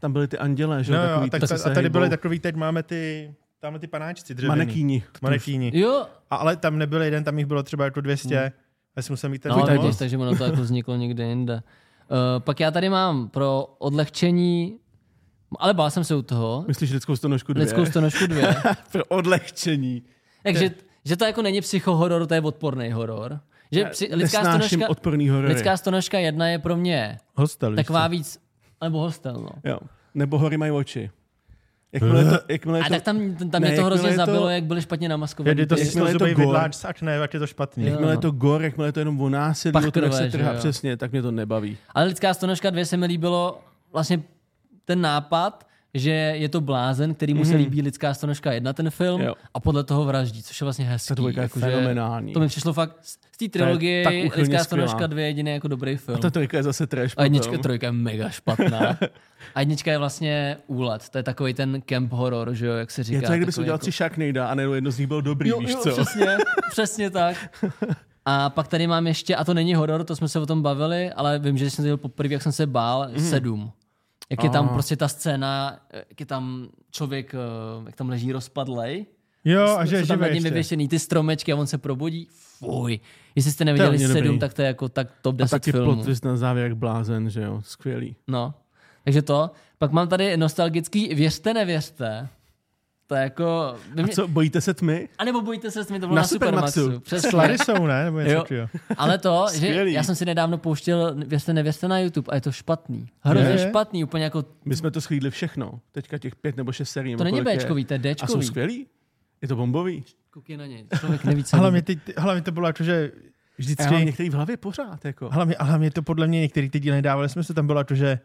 Speaker 2: tam byly ty anděle, že
Speaker 3: No
Speaker 2: jo,
Speaker 3: jo,
Speaker 2: takový,
Speaker 3: a tak,
Speaker 2: ty, co se
Speaker 3: a tady byly
Speaker 2: hejbou.
Speaker 3: takový, teď máme ty, tamhle ty panáčci dřevěný.
Speaker 2: manekýni.
Speaker 3: Manekýni.
Speaker 1: Jo,
Speaker 3: A, ale tam nebyl jeden, tam jich bylo třeba jako 200. Hmm. Já jsem musel mít ten
Speaker 1: no, ale
Speaker 3: bonus.
Speaker 1: vidíš, takže ono to jako vzniklo někde jinde. Uh, pak já tady mám pro odlehčení, ale bál jsem se u toho,
Speaker 2: Myslíš lidskou stonožku dvě?
Speaker 1: lidskou stonožku dvě.
Speaker 2: (laughs) Pro odlehčení.
Speaker 1: Takže že to jako není psychohoror, to je odporný horor. Že při, lidská,
Speaker 2: Nesnáším
Speaker 1: stonožka,
Speaker 2: odporný horory.
Speaker 1: lidská stonožka jedna je pro mě
Speaker 3: Hostel, víš
Speaker 1: taková
Speaker 3: co?
Speaker 1: víc, nebo hostel, no.
Speaker 2: Jo. Nebo hory mají oči. Jakmile je to,
Speaker 3: Eh?
Speaker 2: jakmile je
Speaker 1: A
Speaker 2: to,
Speaker 1: tak tam, tam
Speaker 2: Jako Ne,
Speaker 1: mě to
Speaker 2: jakmile
Speaker 1: hrozně
Speaker 2: je to-
Speaker 1: zabilo, jak byli špatně namaskovaní.
Speaker 3: Jedy to
Speaker 1: ty-
Speaker 2: Jakmile je to
Speaker 3: silzubej
Speaker 2: gor.
Speaker 3: vidláč z akné, tak je to špatný.
Speaker 1: Jo.
Speaker 2: jakmile je to gor, jakmile je to jenom o násilí,
Speaker 1: Pach
Speaker 2: o to, jak
Speaker 1: krve,
Speaker 2: se
Speaker 1: že
Speaker 2: trhá,
Speaker 1: jo.
Speaker 2: přesně, tak mě to nebaví.
Speaker 1: Ale lidská stonožka 2 se mi líbilo vlastně ten nápad, že je to blázen, který mu se líbí lidská stonožka 1, ten film,
Speaker 2: Mhm. Jo.
Speaker 1: a podle toho vraždí, což je vlastně hezký.
Speaker 2: Ta dvojka je
Speaker 1: jakože
Speaker 2: fenomenální.
Speaker 1: To mi přišlo fakt z z té
Speaker 2: je tak
Speaker 1: trilogie
Speaker 2: uchylně
Speaker 1: lidská
Speaker 2: skvělá.
Speaker 1: stonožka 2 je jediný jako dobrý film.
Speaker 2: A ta trojka je no. zase trash
Speaker 1: A jednička,
Speaker 2: potom.
Speaker 1: trojka je mega
Speaker 2: (laughs)
Speaker 1: špatná. A jednička je vlastně úlet. To je takový ten camp horor, že jo, jak se říká.
Speaker 2: Je to, jak kdyby se
Speaker 1: takový
Speaker 2: udělal
Speaker 1: jako-
Speaker 2: tři Sharknada a nejedno z nich bylo dobrý,
Speaker 1: jo,
Speaker 2: víš
Speaker 1: jo,
Speaker 2: co? (laughs)
Speaker 1: přesně, přesně tak. A pak tady mám ještě, a to není horor, to jsme se o tom bavili, ale vím, že jsem to dělal poprvé, jak jsem se bál,
Speaker 2: Mhm.
Speaker 1: mm. sedm. Jak je tam
Speaker 2: Ah.
Speaker 1: prostě ta scéna, jak je tam člověk, eh, jak tam leží rozpadlej,
Speaker 3: Jo, a že je
Speaker 1: jsou tam nad
Speaker 3: živý
Speaker 1: ním
Speaker 3: ještě.
Speaker 1: vyvěšený ty stromečky a on se probudí. Fuj. Jestli jste neviděli
Speaker 2: To je hodně
Speaker 1: sedm,
Speaker 2: dobrý.
Speaker 1: tak to je jako tak top
Speaker 2: A
Speaker 1: 10
Speaker 2: taky
Speaker 1: filmů.
Speaker 2: plot twist na závěr jak blázen, že jo, skvělý.
Speaker 1: No, takže to. Pak mám tady nostalgický věřte, nevěřte. To je jako... by
Speaker 2: A
Speaker 1: Mě...
Speaker 2: co, bojíte se tmy?
Speaker 1: A nebo bojíte se s tím, to bylo na,
Speaker 2: Na
Speaker 1: na Supermaxu.
Speaker 2: Supermaxu.
Speaker 1: Přesně.
Speaker 3: S Larisou, ne? Nebo něco
Speaker 1: Jo.
Speaker 3: takového.
Speaker 1: Ale to, že
Speaker 2: Skvělý.
Speaker 1: já jsem si nedávno pouštěl Věřte, nevěřte na YouTube a je to špatný. Hrozně
Speaker 3: Je,
Speaker 1: je.
Speaker 3: je.
Speaker 1: špatný, úplně jako...
Speaker 2: My jsme to schlídli všechno. Teďka těch pět nebo šest serií. nebo
Speaker 1: To není
Speaker 2: kolik je.
Speaker 1: Bčkový, to je
Speaker 2: A jsou
Speaker 1: Dčkový.
Speaker 2: skvělý? Je to bombový?
Speaker 1: Koukej na něj, člověk neví, co
Speaker 3: Hlavně,
Speaker 1: líbí.
Speaker 3: ty, ty- hlavně to bylo jako, že
Speaker 2: A já mám
Speaker 3: vždycky...
Speaker 2: některý v hlavě pořád, jako.
Speaker 3: Hlavně, a hlavně to podle mě některý ty díly nedávali jsme se tam bylo to, že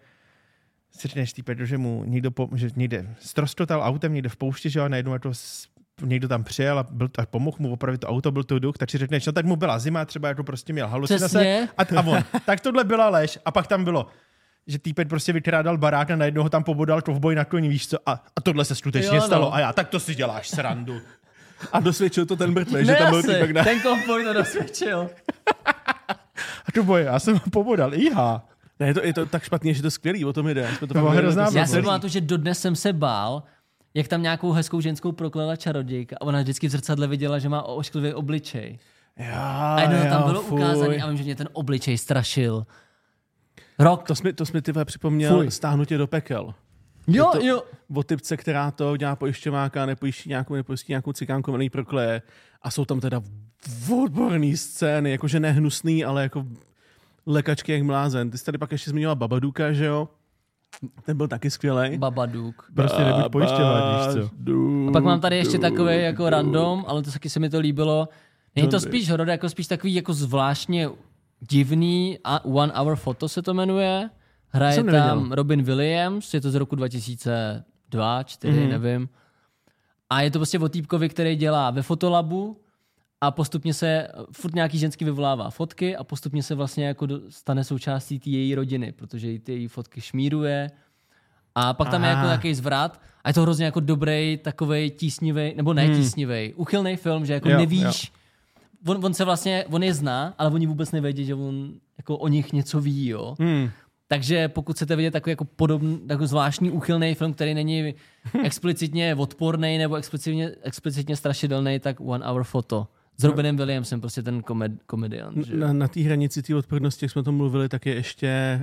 Speaker 3: si řekneš týpet, že mu někdo, po, že někde stroskotal autem někde v poušti, že jo, a najednou jako s- někdo tam přijel a, byl, a pomohl mu opravit to auto, byl to duch, tak si řekneš, no tady mu byla zima, třeba jako prostě měl
Speaker 1: Přesně.
Speaker 3: halucinace. A, a on, tak tohle byla lež. A pak tam bylo, že týpet prostě vykrádal barák a najednou ho tam pobodal kovboj na koni, víš co, a, a tohle se skutečně
Speaker 1: Jo, no.
Speaker 3: stalo. A já, tak to si děláš srandu.
Speaker 2: A dosvědčil to ten mrtvý, že
Speaker 1: Ne,
Speaker 2: tam byl
Speaker 1: asi.
Speaker 2: týpek na...
Speaker 1: ten kompoj to dosvědčil.
Speaker 3: A to boje, já jsem ho pobodal, iha.
Speaker 2: Ne, je to, je to tak špatně, že to skvělý, o tom jde. Jsme to
Speaker 3: To byla
Speaker 2: fakt-
Speaker 3: hrozná
Speaker 2: to
Speaker 1: Já
Speaker 2: skvělý.
Speaker 1: si pamatuju, že dodnes jsem se bál, jak tam nějakou hezkou ženskou proklela čarodějka a ona vždycky v zrcadle viděla, že má ošklivý obličej.
Speaker 2: Jo,
Speaker 1: A jednou
Speaker 2: jo,
Speaker 1: tam bylo
Speaker 2: fuj.
Speaker 1: ukázaný a vím, že mě ten obličej strašil. Rok.
Speaker 2: To jsme, to jsme ty vole, připomněl
Speaker 1: Fuj.
Speaker 2: Fuj. stáhnutě do pekel.
Speaker 1: jo,
Speaker 2: to-
Speaker 1: jo.
Speaker 2: O typce, která to dělá pojišťováka, nepojiští nějakou, nepojiští nějakou cikánku, velmi prokleje. A jsou tam teda odborné scény, jakože nehnusný, ale jako lekačky jak mlázen. Ty jsi tady pak ještě zmiňoval Babaduka, že jo? Ten byl taky skvělý.
Speaker 1: Babaduk.
Speaker 3: Prostě nebuď pojišťovat, víš co.
Speaker 1: A pak mám tady ještě takový jako random, ale to taky se mi to líbilo. Není to
Speaker 2: John Wick.
Speaker 1: spíš horor, jako spíš takový jako zvláštně divný a One Hour Photo se to jmenuje. Hraje
Speaker 2: jsem neviděl.
Speaker 1: tam Robin Williams, je to z roku 2002, 4,
Speaker 2: Mhm.
Speaker 1: mm. nevím. A je to prostě o týpkovi, který dělá ve fotolabu a postupně se, furt nějaký ženský vyvolává fotky a postupně se vlastně jako do- stane součástí té její rodiny, protože jí ty její fotky šmíruje. A pak tam Aha. je jako
Speaker 2: Aha.
Speaker 1: nějaký zvrat a je to hrozně jako dobrý, takovej tísnivý, nebo
Speaker 2: Hmm.
Speaker 1: ne tísnivý, uchylný film, že jako
Speaker 3: Jo,
Speaker 1: nevíš, On, on, se vlastně, on je zná, ale oni vůbec nevědí, že on jako o nich něco ví, jo.
Speaker 2: Hmm.
Speaker 1: Takže pokud chcete vidět takový jako podobný, takový zvláštní úchylný film, který
Speaker 2: (laughs)
Speaker 1: není explicitně odporný nebo explicitně, explicitně strašidelný, tak One Hour Photo. S
Speaker 2: No.
Speaker 1: Robinem Williamsem, prostě ten komed, komediant. Že? jo.
Speaker 2: Na, na té hranici té odpornosti, jak jsme to mluvili, tak je ještě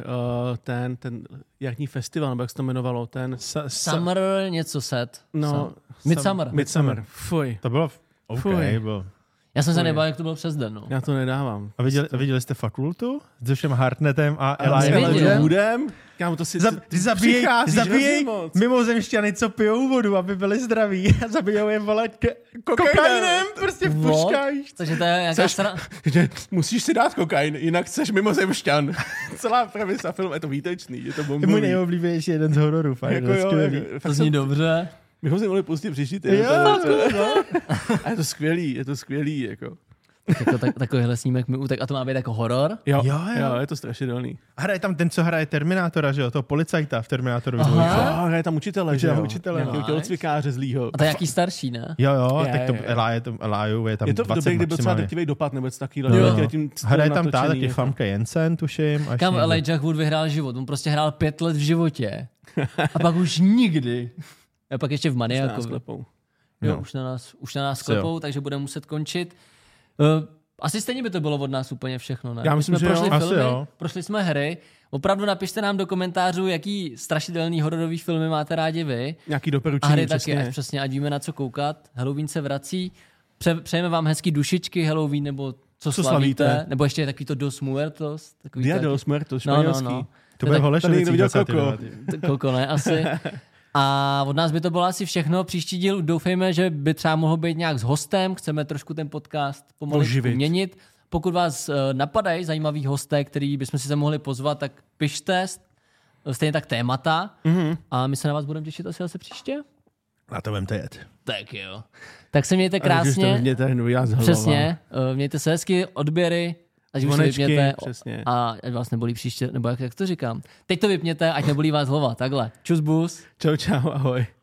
Speaker 2: uh, ten, ten jarní festival, nebo jak se to jmenovalo, ten...
Speaker 3: Sa, sa,
Speaker 1: Summer něco set.
Speaker 2: No,
Speaker 1: Sam- Midsummer.
Speaker 2: Midsummer. Fuj.
Speaker 3: To bylo... OK,
Speaker 2: Fuj.
Speaker 3: bylo.
Speaker 1: Já jsem se nebál, jak to bylo přes den. No.
Speaker 2: Já to nedávám.
Speaker 3: A viděli, viděli jste fakultu? S Joshem Hartnetem a
Speaker 1: Neviděl.
Speaker 3: Elijem
Speaker 1: Neviděl.
Speaker 2: Woodem? Kámo, to si...
Speaker 3: Za,
Speaker 2: ty- ty
Speaker 3: zabíjej,
Speaker 2: přicházíš
Speaker 3: zabíjej
Speaker 2: hrozně moc.
Speaker 3: mimozemšťany, co pijou vodu, aby byli zdraví. (laughs) A zabijou je, vole, k- kokainem, prostě v
Speaker 1: What?
Speaker 3: puškách.
Speaker 1: Takže to je nějaká
Speaker 2: Což-
Speaker 1: sra...
Speaker 2: (laughs) Že musíš si dát kokain, jinak seš mimozemšťan. (laughs) Celá premisa filmu, je to výtečný, je to
Speaker 3: Je můj
Speaker 2: bombový.
Speaker 3: nejoblíbenější jeden z hororů, fakt,
Speaker 2: Jako jo,
Speaker 3: skvělý.
Speaker 2: jako,
Speaker 1: To
Speaker 2: fakt
Speaker 1: zní
Speaker 2: jsem-
Speaker 1: dobře.
Speaker 2: bychom si mohli pustit příští týden.
Speaker 3: Jo,
Speaker 2: to- A je to skvělý, je to skvělý, jako.
Speaker 1: Jako tak, takovýhle snímek mi utek. A to má být jako horor?
Speaker 2: Jo,
Speaker 3: Jo, jo.
Speaker 2: jo, je to strašidelný.
Speaker 3: A hraje tam ten, co hraje Terminátora, že jo, toho policajta v Terminátorovi.
Speaker 1: Aha.
Speaker 3: dvojce.
Speaker 1: A?
Speaker 2: Jo, Ah, hraje tam učitele, že
Speaker 3: Učitele,
Speaker 2: jo?
Speaker 3: učitele,
Speaker 2: Nějakého
Speaker 1: nice.
Speaker 2: tělocvikáře zlýho.
Speaker 1: A to je jaký starší, ne?
Speaker 3: Jo, jo,
Speaker 2: Je,
Speaker 3: tak to
Speaker 2: je.
Speaker 3: Eláje, to, Eláju je tam
Speaker 2: Je to v
Speaker 3: 20
Speaker 2: době, kdy byl třeba
Speaker 3: maximálně.
Speaker 2: drtivý dopad nebo něco
Speaker 1: Jo.
Speaker 2: takového.
Speaker 3: Hraje tam tá
Speaker 2: jako.
Speaker 3: taky Famke Jensen, tuším. a ještě
Speaker 1: Kam
Speaker 2: no.
Speaker 3: někdo.
Speaker 1: Elijah Wood vyhrál život. On prostě hrál pět let v životě. A pak už nikdy. A pak ještě v Maniakovi. Jo,
Speaker 3: No.
Speaker 1: už na nás, už na nás
Speaker 3: Asi jo.
Speaker 1: klepou, takže budeme muset končit. Eh, Asi stejně by to bylo od nás úplně všechno, ne?
Speaker 2: Já
Speaker 1: My
Speaker 2: myslím,
Speaker 1: jsme
Speaker 2: že jo.
Speaker 1: prošli
Speaker 3: Asi
Speaker 1: filmy,
Speaker 3: jo.
Speaker 1: prošli jsme hry. Opravdu napište nám do komentářů, jaký strašidelný hororový filmy máte rádi vy.
Speaker 2: Nějaký
Speaker 1: A
Speaker 2: doporučení,
Speaker 1: hry taky, ať
Speaker 2: přesně.
Speaker 1: přesně, ať víme na co koukat. Halloween se vrací. Pře- přejeme vám hezký dušičky Halloween, nebo co,
Speaker 2: Co
Speaker 1: slavíte.
Speaker 2: slavíte.
Speaker 1: Nebo ještě je takový to Dos Muertos. Takový
Speaker 2: Dia
Speaker 1: to-
Speaker 2: de los Muertos,
Speaker 1: No, no, no.
Speaker 2: španělský.
Speaker 3: To bude v
Speaker 2: Tady někdo
Speaker 3: Holešovicích
Speaker 2: viděl
Speaker 3: 29.
Speaker 2: Coco.
Speaker 1: To Koko ne, asi. A od nás by to bylo asi všechno. Příští díl doufejme, že by třeba mohl být nějak s hostem. Chceme trošku ten podcast pomalu
Speaker 2: Oživit.
Speaker 1: měnit. Pokud vás eh, napadají zajímaví hosté, který bychom si sem mohli pozvat, tak pište, stejně tak témata. Mm-hmm. A my se na vás budeme těšit asi asi příště.
Speaker 3: Na to vemte jet.
Speaker 1: Tak jo. Tak se mějte
Speaker 2: Krásně.
Speaker 1: krásně.
Speaker 2: Mě tady já z hlava.
Speaker 1: Přesně. Eh, Mějte se hezky, odběry. Ať už se
Speaker 2: Zvonečky,
Speaker 1: vypněte
Speaker 2: přesně.
Speaker 1: a ať vás nebolí příště, nebo jak, jak to říkám. Teď to vypněte, ať nebolí vás hlava, takhle. Čus bus.
Speaker 2: Čau, čau, ahoj.